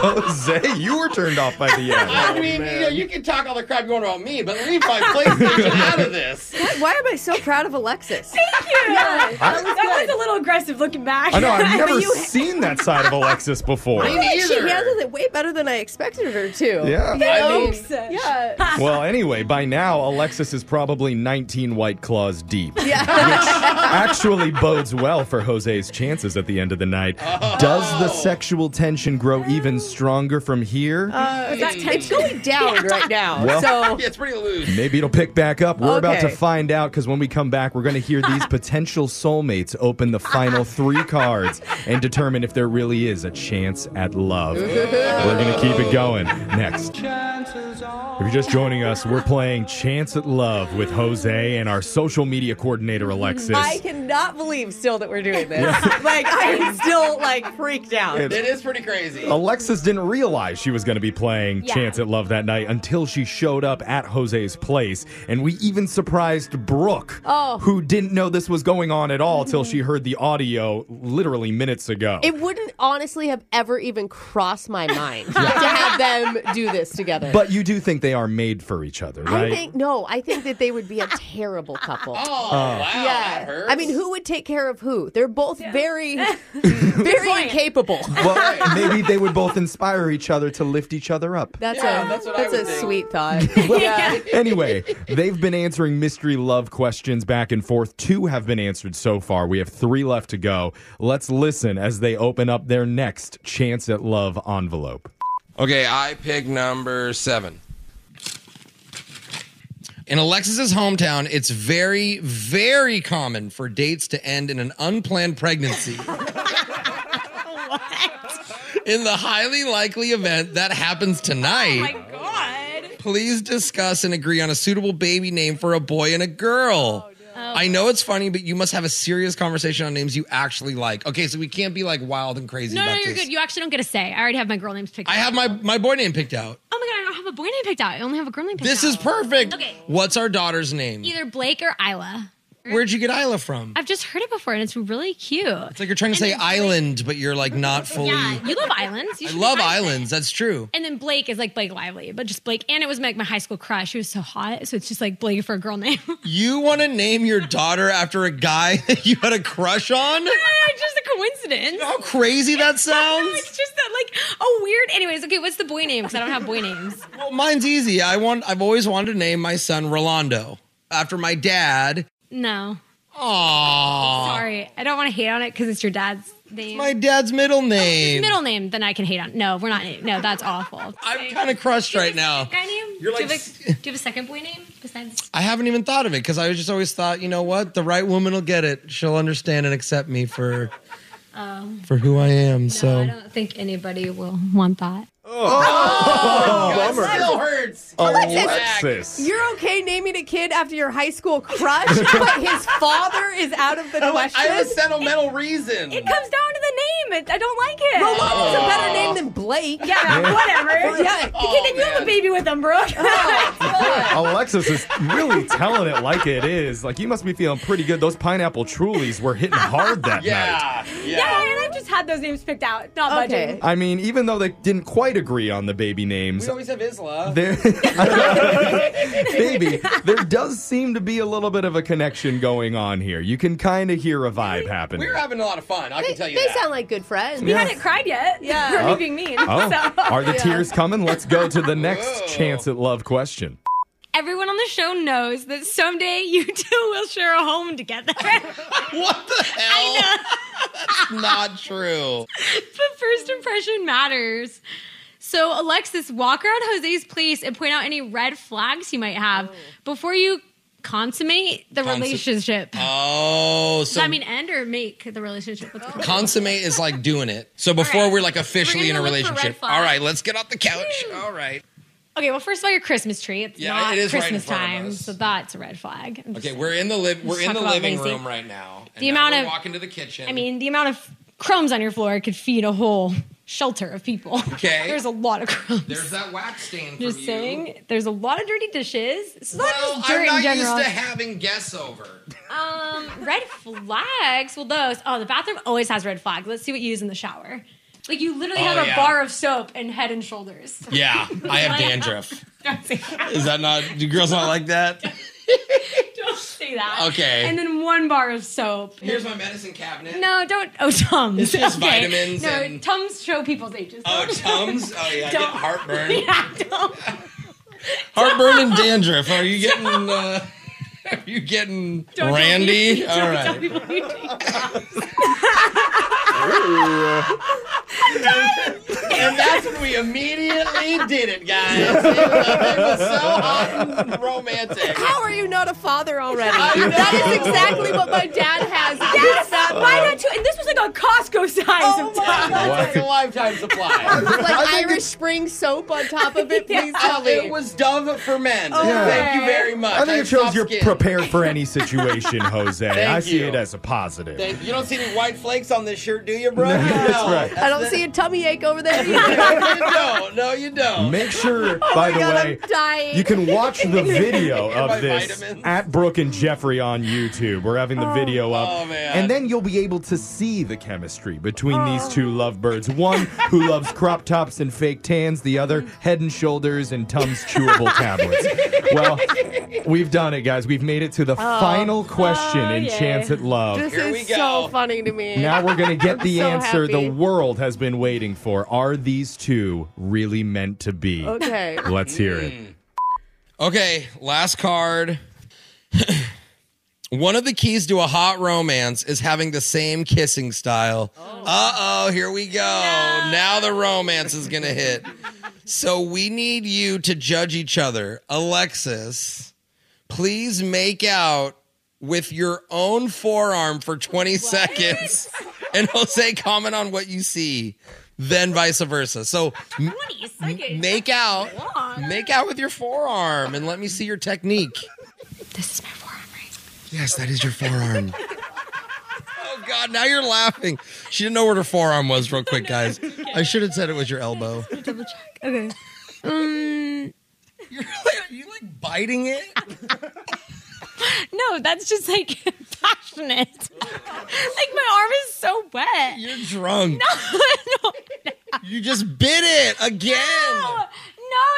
D: Jose, you were turned off by the ad.
J: I mean, you, know, you can talk all the crap going on about me, but leave my PlayStation out of this.
C: Why- Why am I so proud of Alexis?
K: Thank you.
C: Yeah,
D: I-
K: that, was a little aggressive looking back.
D: I know I've
K: But
D: never
K: you-
D: seen that side of Alexis before.
C: I think She handled it way better than I expected her to.
D: Yeah.
C: You
D: I
C: know?
D: mean-
F: uh,
C: yeah.
D: Well, anyway, by now Alexis is probably 19 white claws deep. Actually bodes well for Jose's chances at the end of the night. Does the sexual tension grow even stronger from here?
C: Uh, it's, it's going down right now.
D: Well-
C: so
J: Yeah, it's pretty loose.
D: Maybe it'll pick back up. We're about to
C: Okay.
D: find out because when we come back, we're going to hear these potential soulmates open the final three cards and determine if there really is a chance at love. We're going to keep it going next. If you're just joining us, we're playing Chance at Love with Jose and our social media coordinator, Alexis.
C: I cannot believe still that we're doing this. Like I am still like freaked out.
D: It's- It
J: is pretty crazy.
D: Alexis didn't realize she was going to be playing
C: Yeah.
D: Chance at Love that night until she showed up at Jose's place. And we even surprised Brooke,
C: Oh. Mm-hmm.
D: who didn't know this was going on at all till she heard the audio literally minutes ago.
C: It wouldn't honestly have ever even crossed my mind to have them do this together.
D: but you do think they are made for each other, right?
C: I think no, I think that they would be a terrible couple. Oh,
D: wow,
C: yeah.
D: that
C: I mean, who would take care of who? They're both very, very incapable.
D: well, maybe they would both inspire each other to lift each other up.
C: That's
J: Yeah,
C: a
J: that's
C: that's,
J: what I
C: a
J: would think.
C: sweet thought. yeah.
D: anyway, they've been answering mystery love questions back and forth. Two have been answered so far. We have three left to go. Let's listen as they open up their next chance at love envelope.
B: Okay, I pick number seven. In Alexis's hometown, it's very, very common for dates to end in an unplanned pregnancy. In the highly likely event that happens
F: Oh
B: tonight, please discuss and agree on a suitable baby name for a boy and a girl.
F: Oh,
B: I know it's funny, but you must have a serious conversation on names you actually like. Okay, so we can't be like wild and crazy.
F: No, no,
B: about
F: you're
B: this.
F: good. You actually don't get a say. I already have my girl names picked
B: I
F: out.
B: have my, my boy name picked out.
F: Oh my god, I don't have a boy name picked out. I only have a girl name picked
B: This
F: out.
B: is perfect.
F: Okay.
B: What's our daughter's name?
F: Either Blake or Isla.
B: Where'd you get Isla from?
F: I've just heard it before and it's really cute.
B: It's like you're trying to say island, but you're like not fully.
F: Yeah, you love islands. You
B: I
F: should
B: love
F: be island.
B: islands. That's true.
F: And then Blake is like Blake Lively, but just Blake. And it was like my high school crush. She was so hot. So it's just like Blake for a girl name.
B: You want to name your daughter after a guy that you had a crush on?
F: it's just a coincidence.
B: How crazy that sounds.
F: it's just that like a weird. Anyways, okay, what's the boy name? Because I don't have boy names.
B: Well, mine's easy. I want. I've always wanted to name my son Rolando after my dad.
F: No.
B: Aww.
F: Sorry. I don't want to hate on it because it's your dad's name. Oh,
B: My dad's middle name.
F: middle name, then I can hate on. No, we're not. No, that's awful.
B: I'm kind of crushed right now.
F: Guy name?
B: You're
F: do, you
B: like-
F: have a, do you have a second boy name besides?
B: I haven't even thought of it because I just always thought, you know what, the right woman will get it. She'll understand and accept me for
F: Um,
B: for who I am. so
F: I don't think anybody will want that.
B: Oh,
J: God,
B: bummer.
J: it Oh, still hurts.
D: Alexis.
C: You're okay naming a kid after your high school crush, but his father is out of the
J: I
C: question.
J: have a sentimental reason.
K: it comes down to the name. It, I don't like it.
C: Rolando's a better
J: Aw.
C: name than Blake.
K: Yeah, whatever.
C: Yeah.
K: okay, then you have a baby with him, Brooke.
D: Oh, Alexis is really telling it like it is. Like you must be feeling pretty good. Those pineapple trulies were hitting hard that night.
K: yeah. and I've just had those names picked out. Not budging.
D: I mean, even though they didn't quite agree on the baby names,
J: We always have Isla.
D: there maybe there does seem to be a little bit of a connection going on here. You can kind of hear a vibe happening.
J: We're having a lot of fun. I
C: They,
J: can tell you
C: they
J: that.
C: sound like good friends.
D: We Yeah. haven't
C: cried yet. Yeah.
D: Oh. Oh, are the tears coming? Let's go to the next chance at love question.
F: Everyone on the show knows that someday you two will share a home together.
B: what the hell? That's not true.
F: but first impression matters. So, Alexis, walk around Jose's place and point out any red flags you might
B: Oh.
F: have before you consummate the
B: Consum-
F: relationship.
B: Oh,
F: Does
B: so Oh.
F: that mean end or make the relationship? What's the-
B: consummate is like doing it. So before
F: All right.
B: we're like officially
F: We're
B: in a
F: gonna look for red
B: relationship.
F: flags.
B: All right, let's get off the couch. All right.
F: Okay, well, first of all, your Christmas tree. It's
B: Yeah,
F: not
B: it is right in
F: Christmas
B: front of
F: time,
B: us.
F: so that's a red flag. I'm
B: Okay,
F: just-
B: we're in the live. We're
F: Let's
B: in
F: talk
B: the
F: about
B: living
F: lazy.
B: room right now. and
F: The
B: now
F: amount
B: we're
F: of-
B: walking to the kitchen.
F: I mean, the amount of crumbs on your floor could feed a whole shelter of people.
B: Okay.
F: There's a lot of crumbs.
B: there's that wax stain from
F: Just
B: you.
F: saying, there's a lot of dirty dishes. It's not
B: Well,
F: just dirt
B: I'm not
F: in general.
B: used to having guests over.
F: um, red flags. Well, those. Oh, the bathroom always has red flags. Let's see what you use in the shower. Like you literally
B: Oh,
F: have
B: yeah.
F: a bar of soap and Head and Shoulders.
B: Yeah, I have dandruff. Is that not? Do girls not like that?
F: Don't say that.
B: Okay.
F: And then one bar of soap.
B: Here's my medicine cabinet.
F: No, don't. Oh, Tums.
B: This is
F: Okay.
B: vitamins
F: No,
B: and-
F: Tums show people's ages.
B: Oh, Tums. Oh yeah, I get
F: Don't-
B: heartburn.
F: yeah, don't.
B: Heartburn and dandruff. Are you getting? Uh, are you getting
F: Don't
B: Randy?
F: Tell
B: All
F: me- don't
B: right.
F: tell people you take
B: and that's when we immediately did it, guys. It was, it was so hot and romantic.
C: How are you not a father already? that is exactly what my dad has. Yes,
F: mine had two, and this was like a Costco size. Oh
C: my God.
J: That's like a lifetime supply.
C: like Irish Spring soap on top of it. Please tell me.
B: It was Dove for men.
F: Oh,
C: Yeah.
B: Thank you very much.
D: I think
B: I'm
D: it shows
B: soft
D: you're
B: skin.
D: prepared for any situation, Jose.
B: Thank
D: I see
B: you.
D: it as a positive.
B: Thank- you don't see any white flakes on this shirt, do you, bro?
D: No, that's
B: No.
D: right.
C: I don't see a tummy ache over there
B: no, you
C: either.
B: don't. No, you don't.
D: Make sure,
B: Oh
D: by the
C: God, I'm
D: way,
C: dying.
D: you can watch the video
B: And my
D: of this at Brooke and Jeffrey on YouTube. We're having the
B: Oh.
D: video up.
B: Oh, man.
D: And then you'll be able to see the chemistry between these two lovebirds. One who loves crop tops and fake tans, the other head and shoulders and Tums chewable tablets. Well, we've done it, guys. We've made it to the
C: Oh.
D: final question
C: Oh,
D: in
C: yay.
D: Chance at Love.
C: This is so funny to me.
D: Now we're going to get
C: I'm
D: the
C: so
D: answer
C: happy.
D: the world has been waiting for. Are these two really meant to be?
C: Okay.
D: Let's hear it.
B: Okay, last card. One of the keys to a hot romance is having the same kissing style. Uh oh, here we go. Now the romance is going to hit. so we need you to judge each other. Alexis, please make out with your own forearm for 20 seconds and Jose comment on what you see, then vice versa. So m- m- make out. Make out with your forearm and let me see your technique.
F: This is my forearm,
B: right? Yes, that is your forearm. oh God, now you're laughing. She didn't know where her forearm was real quick, guys. I should have said it was your elbow.
F: Double check. Okay. Um.
B: Biting it?
F: No, that's just like passionate. like my arm is so wet.
B: You're drunk.
F: No, no,
B: You just bit it again.
F: no.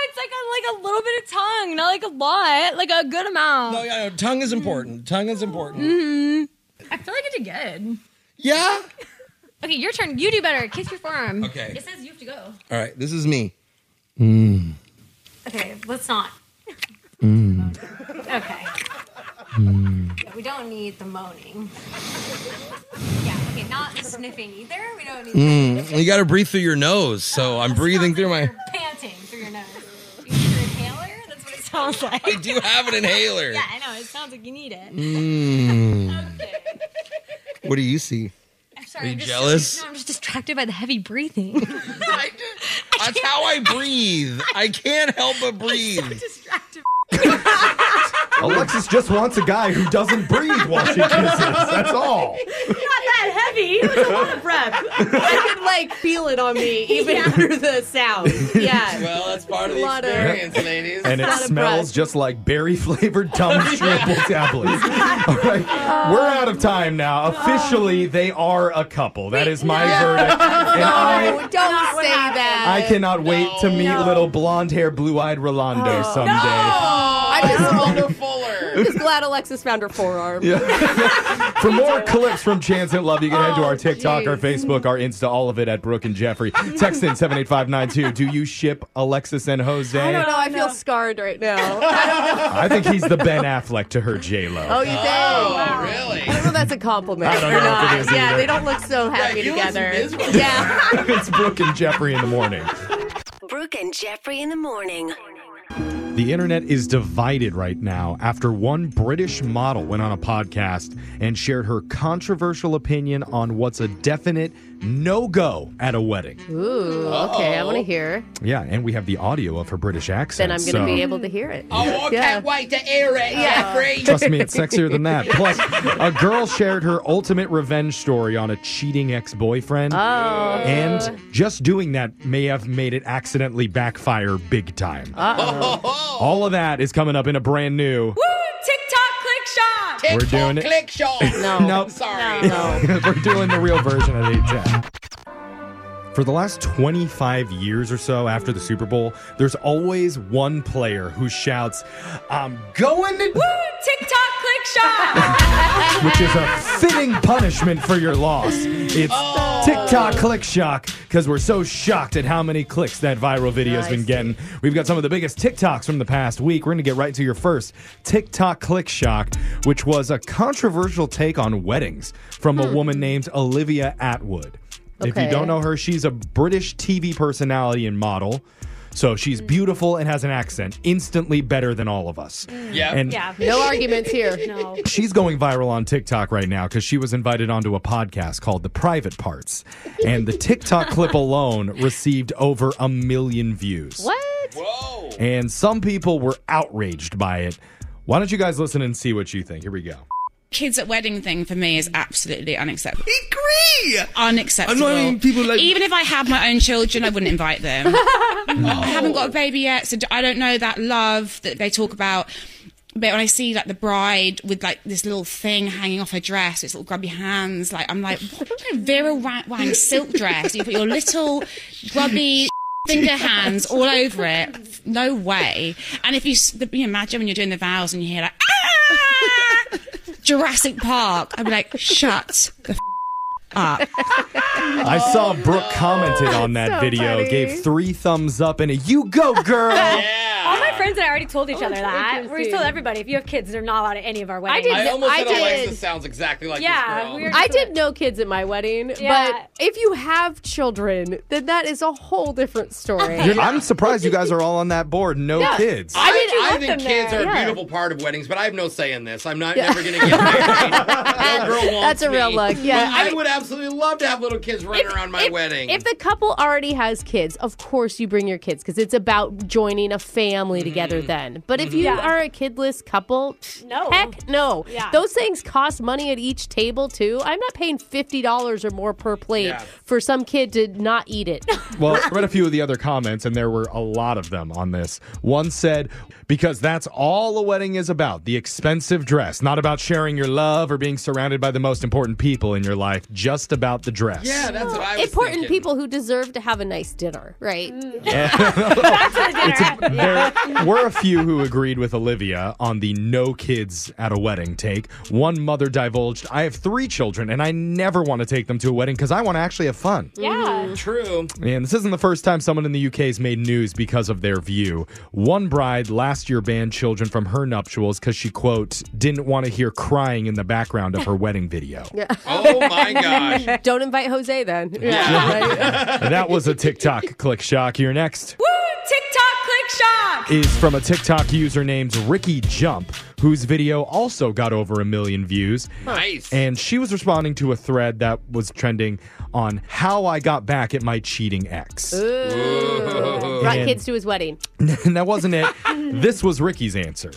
F: It's like a, like a little bit of tongue, not like a lot, like a good amount.
B: No, yeah, no, tongue is important. Tongue is important.
F: hmm I feel like I did good.
B: Yeah.
F: Okay, your turn. You do better. Kiss your forearm.
B: Okay.
F: It says you have to go.
B: All right, this is me.
A: Mm,
F: Okay, let's not.
B: Mm.
F: Okay.
B: Hmm.
F: Yeah, we don't need the moaning. yeah. Okay, not the sniffing either. We don't need
B: Mm. You got to breathe through your nose. So I'm breathing through my.
F: panting through your nose. You need your inhaler. That's what it sounds like.
B: I do have an inhaler.
F: Yeah, I know. It sounds like you need it.
B: Mm. What do you see?
F: I'm sorry.
B: Are you
F: I'm just,
B: jealous?
F: No, I'm just distracted by the heavy breathing.
B: That's how I breathe. I can't help but breathe.
D: Alexis just wants a guy who doesn't breathe while she kisses. That's all.
C: Not that heavy. It was a lot of breath. I could like feel it on me even through the sound. Yeah.
B: Well, that's part of the
C: Lot of-
B: experience, ladies.
D: And it
C: Not a
D: smells just like berry flavored Tums chewable tablets. All right,
C: Oh.
D: we're out of time now. Officially, they are a couple. That is my verdict. And I,
C: no, don't say that.
D: I cannot wait to meet little blonde hair, blue eyed Rolando
C: Oh.
D: someday.
C: I just
B: Rolando Fuller.
C: I'm just glad Alexis found her forearm.
D: Yeah. For more clips from Chance and Love, you can head
C: Oh,
D: to our TikTok,
C: geez.
D: our Facebook, our Insta, all of it at Brooke and Jeffrey. Text in 78592. Do you ship Alexis and Jose?
C: I don't know. I feel scarred right now. I don't know.
D: I think he's the Ben Affleck to her J Lo.
C: Oh, you think?
B: Oh,
C: really? I don't know if that's a compliment
D: I don't
C: or
D: know if
C: not.
D: it is
C: yeah,
D: either.
C: they don't look so happy
B: you look
C: together.
B: miserable.
C: Yeah.
D: it's Brooke and Jeffrey in the morning.
G: Brooke and Jeffrey in the morning.
D: The internet is divided right now after one British model went on a podcast and shared her controversial opinion on what's a definite no go at a wedding.
A: Ooh, okay. I want to hear.
D: Yeah, and we have the audio of her British accent.
A: Then I'm going to
D: so-
A: be able to hear it.
J: Oh, I can't wait to hear it, Jeffrey.
D: Trust me, it's sexier than that. Plus, a girl shared her ultimate revenge story on a cheating ex boyfriend.
A: Oh.
D: And just doing that may have made it accidentally backfire big time.
A: Oh.
F: Oh.
B: Oh.
P: Uh-oh.
D: All of that is coming up in a brand new.
P: Woo! TikTok click shot.
D: We're doing it.
P: Click shot.
D: No. No. I'm
P: sorry.
D: We're doing the real version at 810. For the last 25 years or so after the Super Bowl, there's always one player who shouts, I'm going to.
P: Woo! TikTok click shot.
D: which is a fitting punishment for your loss. It's
A: Oh.
D: TikTok click shock because we're so shocked at how many clicks that viral video has been getting. We've got some of the biggest TikToks from the past week. We're going to get right to your first TikTok click shock, which was a controversial take on weddings from
A: Hmm.
D: a woman named Olivia Atwood. If you
Q: Okay.
D: don't know her, she's a British TV personality and model. So
A: Hmm.
D: she's beautiful and has an accent, instantly better than all of us. And
A: Hmm. yeah. No arguments here. No.
D: She's going viral on TikTok right now because she was invited onto a podcast called The Private Parts. And the TikTok clip alone received over a million views.
A: What?
J: Whoa.
D: And some people were outraged by it. Why don't you guys listen and see what you think? Here we go.
R: Kids at wedding thing for me is absolutely unacceptable.
P: Agree.
R: Unacceptable.
P: I'm not even people like-
R: Even if I had my own children, I wouldn't invite them. I haven't got a baby yet, so I don't know that love that they talk about. But when I see like the bride with like this little thing hanging off her dress, its little grubby hands, like I'm like what kind of Vera Wa- Wang silk dress. You put your little grubby finger hands all over it. No way. And if you, s- the, you imagine when you're doing the vows and you hear like ah! Jurassic Park, I'd be like shut the f- up.
D: I saw Brooke commented on that
R: Ah. so
D: video,
R: funny.
D: gave three thumbs up and a you go, girl.
S: All my friends and I already told each other that. We
A: interesting.
S: told everybody if you have kids, they're not allowed at any of our
A: I
S: weddings.
A: did.
J: I almost
A: I
J: said Alexa
A: did.
J: sounds exactly like this
A: yeah,
J: girl.
A: I did no kids at my wedding,
S: Yeah.
A: but if you have children, then that is a whole different story.
D: You're- I'm surprised you guys are all on that board. No
A: Yeah.
D: kids.
A: I mean, you
J: I
A: want
J: think
A: them
J: kids
A: there,
J: are a
A: yeah.
J: beautiful part of weddings, but I have no say in this. I'm not
A: Yeah.
J: never going to get married. no girl wants
A: That's a real
J: me.
A: look, yeah.
J: But I, would absolutely love to have little kids running around my wedding.
A: If the couple already has kids, of course you bring your kids because it's about joining a family
J: Mm-hmm.
A: together then. But if you
S: Yeah.
A: are a kidless couple, no. heck no.
S: Yeah.
A: Those things cost money at each table too. I'm not paying $50 or more per plate
D: Yeah.
A: for some kid to not eat it.
D: Well, I read a few of the other comments, and there were a lot of them on this. One said, because that's all a wedding is about the expensive dress, not about sharing your love or being surrounded by the most important people in your life, just about the dress.
J: yeah, that's what I was
A: Important
J: thinking.
A: people who deserve to have a nice dinner, right?
D: It's a- there were a few who agreed with Olivia on the no kids at a wedding take. One mother divulged, I have three children, and I never want to take them to a wedding because I want to actually have fun.
J: Yeah. Mm-hmm. True.
D: And this isn't the first time someone in the UK has made news because of their view. One bride last year banned children from her nuptials because she, quote, didn't want to hear crying in the background of her wedding video.
J: Oh my gosh.
A: Don't invite Jose then.
D: that was a TikTok click shock. Your next
P: Woo! TikTok click shot.
D: is from a TikTok user named Ricky Jump, whose video also got over a million views.
J: Nice.
D: And she was responding to a thread that was trending on how I got back at my cheating ex.
A: Ooh. Brought
D: And-
A: kids to his wedding.
D: and that wasn't it. this was Ricky's answer.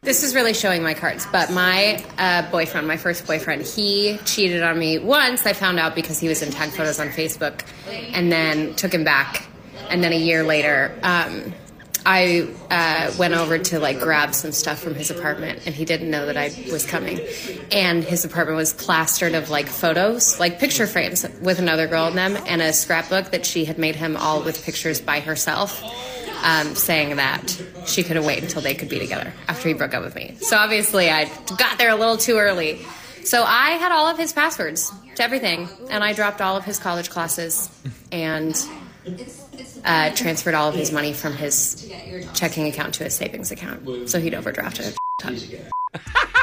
T: This is really showing my cards, but my uh, boyfriend, my first boyfriend, he cheated on me once. I found out because he was in tag photos on Facebook, and then took him back. And then a year later, um, I uh, went over to like grab some stuff from his apartment, and he didn't know that I was coming. And his apartment was plastered of like photos, like picture frames with another girl in them, and a scrapbook that she had made him all with pictures by herself um, saying that she couldn't wait until they could be together after he broke up with me. So obviously, I got there a little too early. So I had all of his passwords to everything, and I dropped all of his college classes and uh, transferred all of his money from his checking account to his savings account. So he'd overdrafted a ton.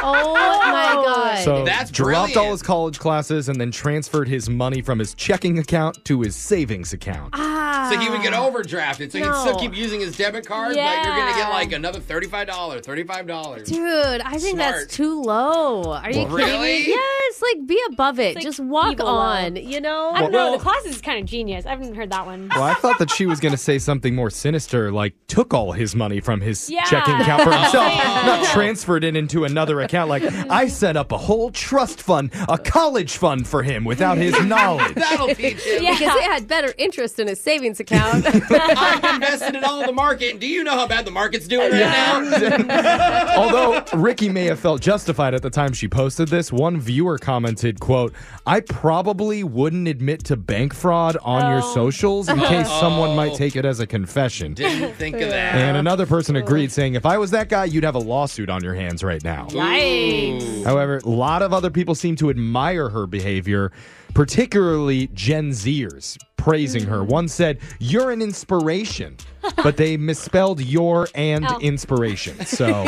A: Oh my
D: So
A: god.
D: dropped all his college classes and then transferred his money from his checking account to his savings account.
J: So he would get overdrafted. So he'd still
A: Ah. No.
J: keep using his debit card, but you're going to get
A: Yeah.
J: like another $35, $35.
A: Dude, I think that's too low. Are you
J: Well,
A: kidding
J: really?
A: me? Yes, like be above it. Just walk on. You know?
S: I don't know.
D: Well-
S: the class is kind of genius. I haven't heard that one.
D: Well, I thought that she was going to say something more sinister, like took all his money from his
S: Yeah.
D: checking account for himself,
S: Oh.
D: not transferred it into another account. Like, I set up a whole trust fund, a college fund for him without his knowledge.
J: That'll teach him.
A: Yeah. Because it had better interest in his savings account.
J: I've invested in all the market. and Do you know how bad the market's doing right now?
D: Although Ricky may have felt justified at the time she posted this, one viewer commented, quote, I probably wouldn't admit to bank fraud on your socials in case someone might take it as a confession.
J: Didn't think of that.
D: And another person agreed, saying, if I was that guy, you'd have a lawsuit on your hands right now.
J: Yikes.
D: However, a lot of other people seem to admire her behavior, particularly Gen Zers praising her. One said, You're an inspiration, but they misspelled your and
S: Oh.
D: inspiration. So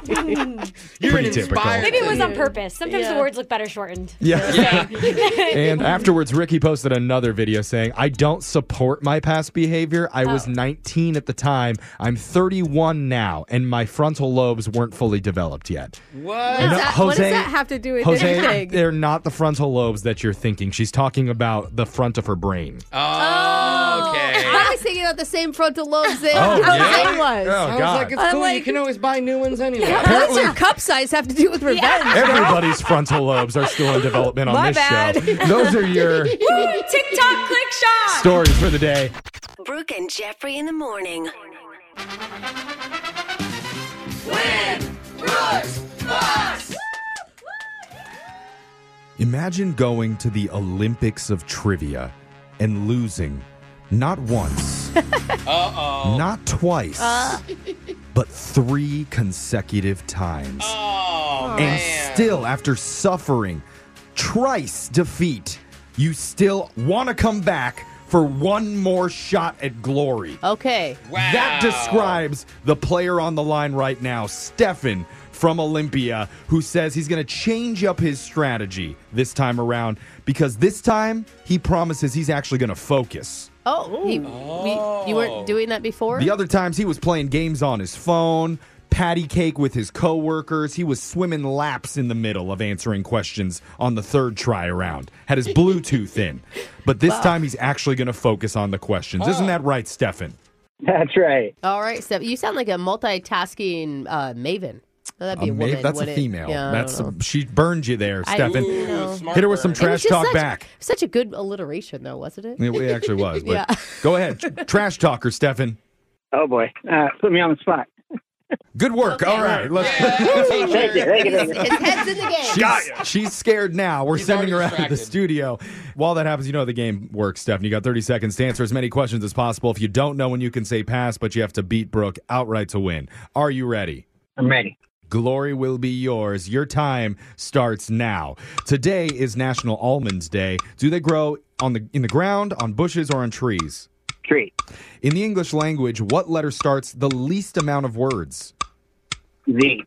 D: pretty typical.
S: Maybe it was on purpose. Sometimes
A: Yeah.
S: the words look better shortened.
D: Yeah. and
S: and
D: afterwards, Ricky posted another video saying, I don't support my past behavior. I was
S: Oh.
D: 19 at the time. I'm 31 now, and my frontal lobes weren't fully developed yet.
J: What?
D: And, uh,
C: that- what does that have to do with
D: Jose,
C: anything?
D: They're not the frontal lobes that you're thinking. She's talking about the front of her brain.
J: Oh, okay.
A: I was thinking about the same frontal lobes that
D: Oh,
A: Jose
D: yeah?
A: was.
D: Oh, Sounds God. like
J: it's cool. You can always buy new ones anyway.
A: What's your cup size have to do with revenge?
D: Everybody's frontal lobes are still in development on
A: My
D: this
A: bad.
D: show. Those are your
G: Woo, TikTok click shot.
D: stories for the day.
G: Brooke and Jeffrey in the morning.
D: Imagine going to the Olympics of trivia and losing not once,
J: Uh-oh. Uh.
D: not twice, but three consecutive times.
J: Oh,
D: and still, after suffering trice defeat, you still want to come back for one more shot at glory.
A: Okay.
D: That describes the player on the line right now, Stefan from Olympia, who says he's going to change up his strategy this time around because this time he promises he's actually going to focus.
A: Oh, he, we, you
J: Oh.
A: weren't doing that before?
D: The other times he was playing games on his phone, patty cake with his coworkers. He was swimming laps in the middle of answering questions on the third try around. Had his Bluetooth in. But this
A: Wow.
D: time he's actually going to focus on the questions. Isn't that right, Stefan?
Q: That's right.
A: All right, Steph. You sound like a multitasking uh, maven. Oh, that'd be a,
D: Uh,
A: woman.
D: maybe that's a
A: wouldn't it?
D: female.
A: Yeah, I
D: that's
A: don't know.
D: she burned you there,
A: I-
D: Stefan.
A: you know.
D: Hit her with some
A: And it's
D: trash
A: just
D: talk
A: such-
D: back.
A: Such a good alliteration, though, wasn't it?
D: It it actually was. But
A: Yeah.
D: Go ahead, tr- trash talker, Stefan.
Q: Oh boy, uh, put me on the spot.
D: Good work. All right, let's.
Q: Thank you, thank you, thank you.
A: head's in the game.
D: She's, she's scared now. We're sending her out of the studio. While that happens, you know how the game works, Stefan. You got 30 seconds to answer as many questions as possible. If you don't know when you can say pass, but you have to beat Brooke outright to win. Are you ready?
Q: I'm ready.
D: Glory will be yours. Your time starts now. Today is National Almonds Day. Do they grow on the in the ground, on bushes, or on trees?
Q: Tree.
D: In the English language, what letter starts the least amount of words?
Q: Z.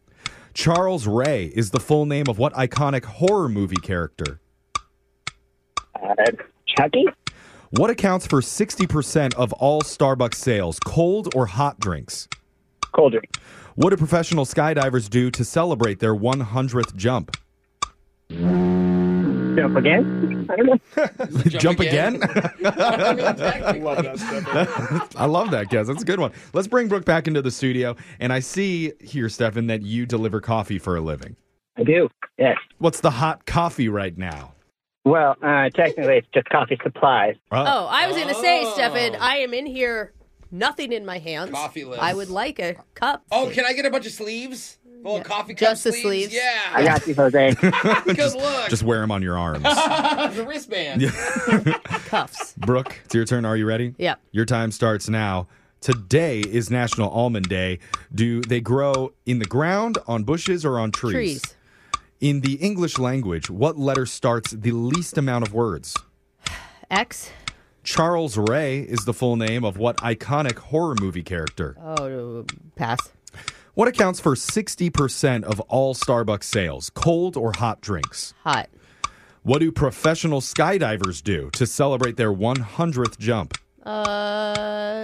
D: Charles Ray is the full name of what iconic horror movie character?
Q: Uh, Chucky.
D: What accounts for 60% of all Starbucks sales, cold or hot drinks?
Q: Cold drink.
D: What do professional skydivers do to celebrate their 100th jump?
Q: Jump again. I don't know.
D: Jump, again?
Q: I love that
D: I love that, guess. That's a good one. Let's bring Brooke back into the studio. And I see here, Stefan, that you deliver coffee for a living.
Q: I do. Yes.
D: What's the hot coffee right now?
Q: Well, uh, technically, it's just coffee supplies.
D: Uh,
A: Oh, I was going to say, Stefan,
J: Oh.
A: I am in here, nothing in my hands.
J: Coffee-less.
A: I would like a cup.
J: Oh, can I get a bunch of sleeves? Little coffee cup
A: Just the sleeves.
J: Yeah.
Q: I got you, Jose.
J: Good look.
D: Just wear them on your arms.
J: the wristband.
A: Cuffs.
D: Brooke, it's your turn. Are you ready?
A: Yep.
D: Your time starts now. Today is National Almond Day. Do they grow in the ground, on bushes, or on trees?
A: Trees.
D: In the English language, what letter starts the least amount of words?
A: X.
D: Charles Ray is the full name of what iconic horror movie character?
A: Oh, pass.
D: What accounts for 60% of all Starbucks sales, cold or hot drinks?
A: Hot.
D: What do professional skydivers do to celebrate their 100th jump?
A: Uh,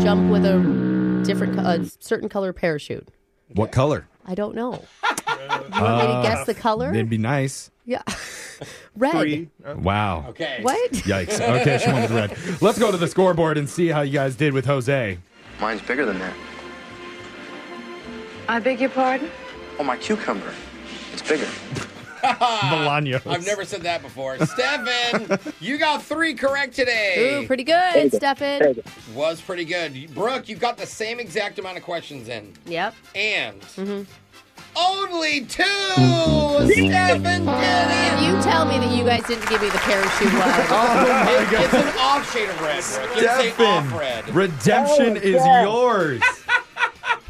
A: jump with a different, co- a certain color parachute.
D: What color?
A: I don't know. You want me to guess the color?
D: It'd Uh, be nice.
A: Yeah, red.
D: Wow.
B: Okay.
A: What?
D: Yikes. Okay, she wanted red. Let's go to the scoreboard and see how you guys did with Jose.
U: Mine's bigger than that.
C: I beg your pardon?
U: Oh, my cucumber. It's bigger.
D: Melania.
B: I've never said that before. Stefan, you got three correct today.
A: Ooh, pretty
B: Uh,
A: good, Stefan.
B: Was pretty good. Brooke, you got the same exact amount of questions in.
A: Yep. Mm-hmm.
B: And only two. Stefan did it.
A: If you tell me that you guys didn't give me the parachute one,
D: Oh
B: It- Oh, It's an off shade of red, Brooke. It's an off red.
D: redemption
A: Oh,
D: is
A: yeah.
D: yours.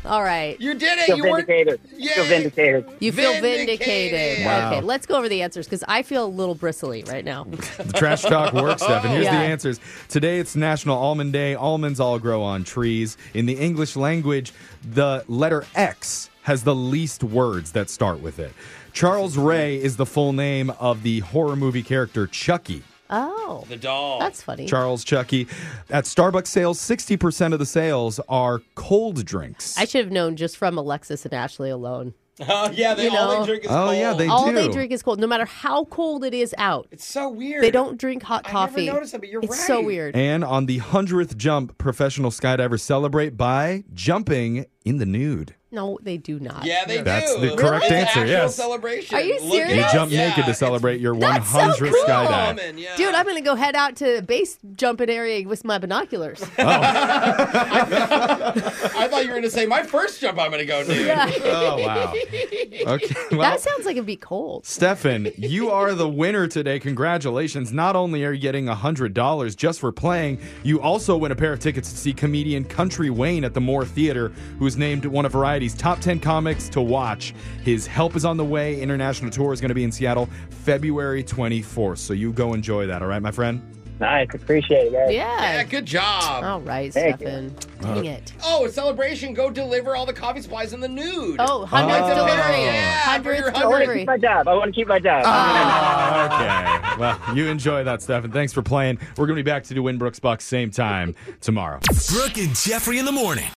A: All right.
B: You did it.
N: Feel
A: You
N: vindicated. Feel vindicated.
A: You feel vindicated.
D: Wow.
A: Okay, let's go over the answers because I feel a little bristly right now. the
D: The trash talk works, Stefan. Here's the
A: Yeah.
D: answers. Today it's National Almond Day. Almonds all grow on trees. In the English language, the letter X has the least words that start with it. Charles Ray is the full name of the horror movie character Chucky.
A: Oh.
B: The doll.
A: That's funny.
D: Charles Chucky. At Starbucks sales, 60% of the sales are cold drinks.
A: I should have known just from Alexis and Ashley alone.
B: Oh yeah, they all they drink is
D: Oh,
B: cold.
D: yeah, they
A: all
D: do.
A: they drink is cold, no matter how cold it is out. It's
B: so weird.
A: They don't drink hot coffee.
B: noticed that, but you're
A: it's so weird.
D: And on the 100th jump, professional skydivers celebrate by jumping in the nude.
A: no, they do not.
B: Yeah, they
D: That's
B: do.
D: the correct
B: It's
D: answer,
B: Actual
D: yes.
B: celebration.
A: Are you
B: Look-
A: serious?
D: You jump naked to celebrate your 100th skydive.
A: Dude, I'm gonna go head out to base jumping area with my binoculars.
B: I thought you were going to say my first jump. I'm going to go do.
A: Yeah.
C: 嗯
D: Oh, wow. Okay, well-
A: that sounds like it'd be cold.
D: Stefan, you are the winner today. Congratulations. Not only are you getting $100 just for playing, you also win a pair of tickets to see comedian Country Wayne at the Moore Theater, who is named one of Variety's top 10 comics to watch. His Help is on the Way international tour is going to be in Seattle February 24th. So you go enjoy that, all right, my friend?
N: Nice. Appreciate it, guys.
A: Yeah.
B: Yeah, good job.
A: All right,
B: Thank
A: Stefan.
D: Dang
A: it.
B: Oh, it's celebration. Go deliver all the coffee supplies in the nude.
A: Oh, 100th
B: That's a
A: delivery.
B: very- Yeah, for your
A: 100th
N: I want to
A: delivery.
N: keep my job. I want to keep my job.
A: Ah.
D: Okay. Well, you enjoy that, Stefan. Thanks for playing. We're going to be back to do Winbrooks Bucks same time tomorrow.
U: Brooke and Jeffrey in the morning.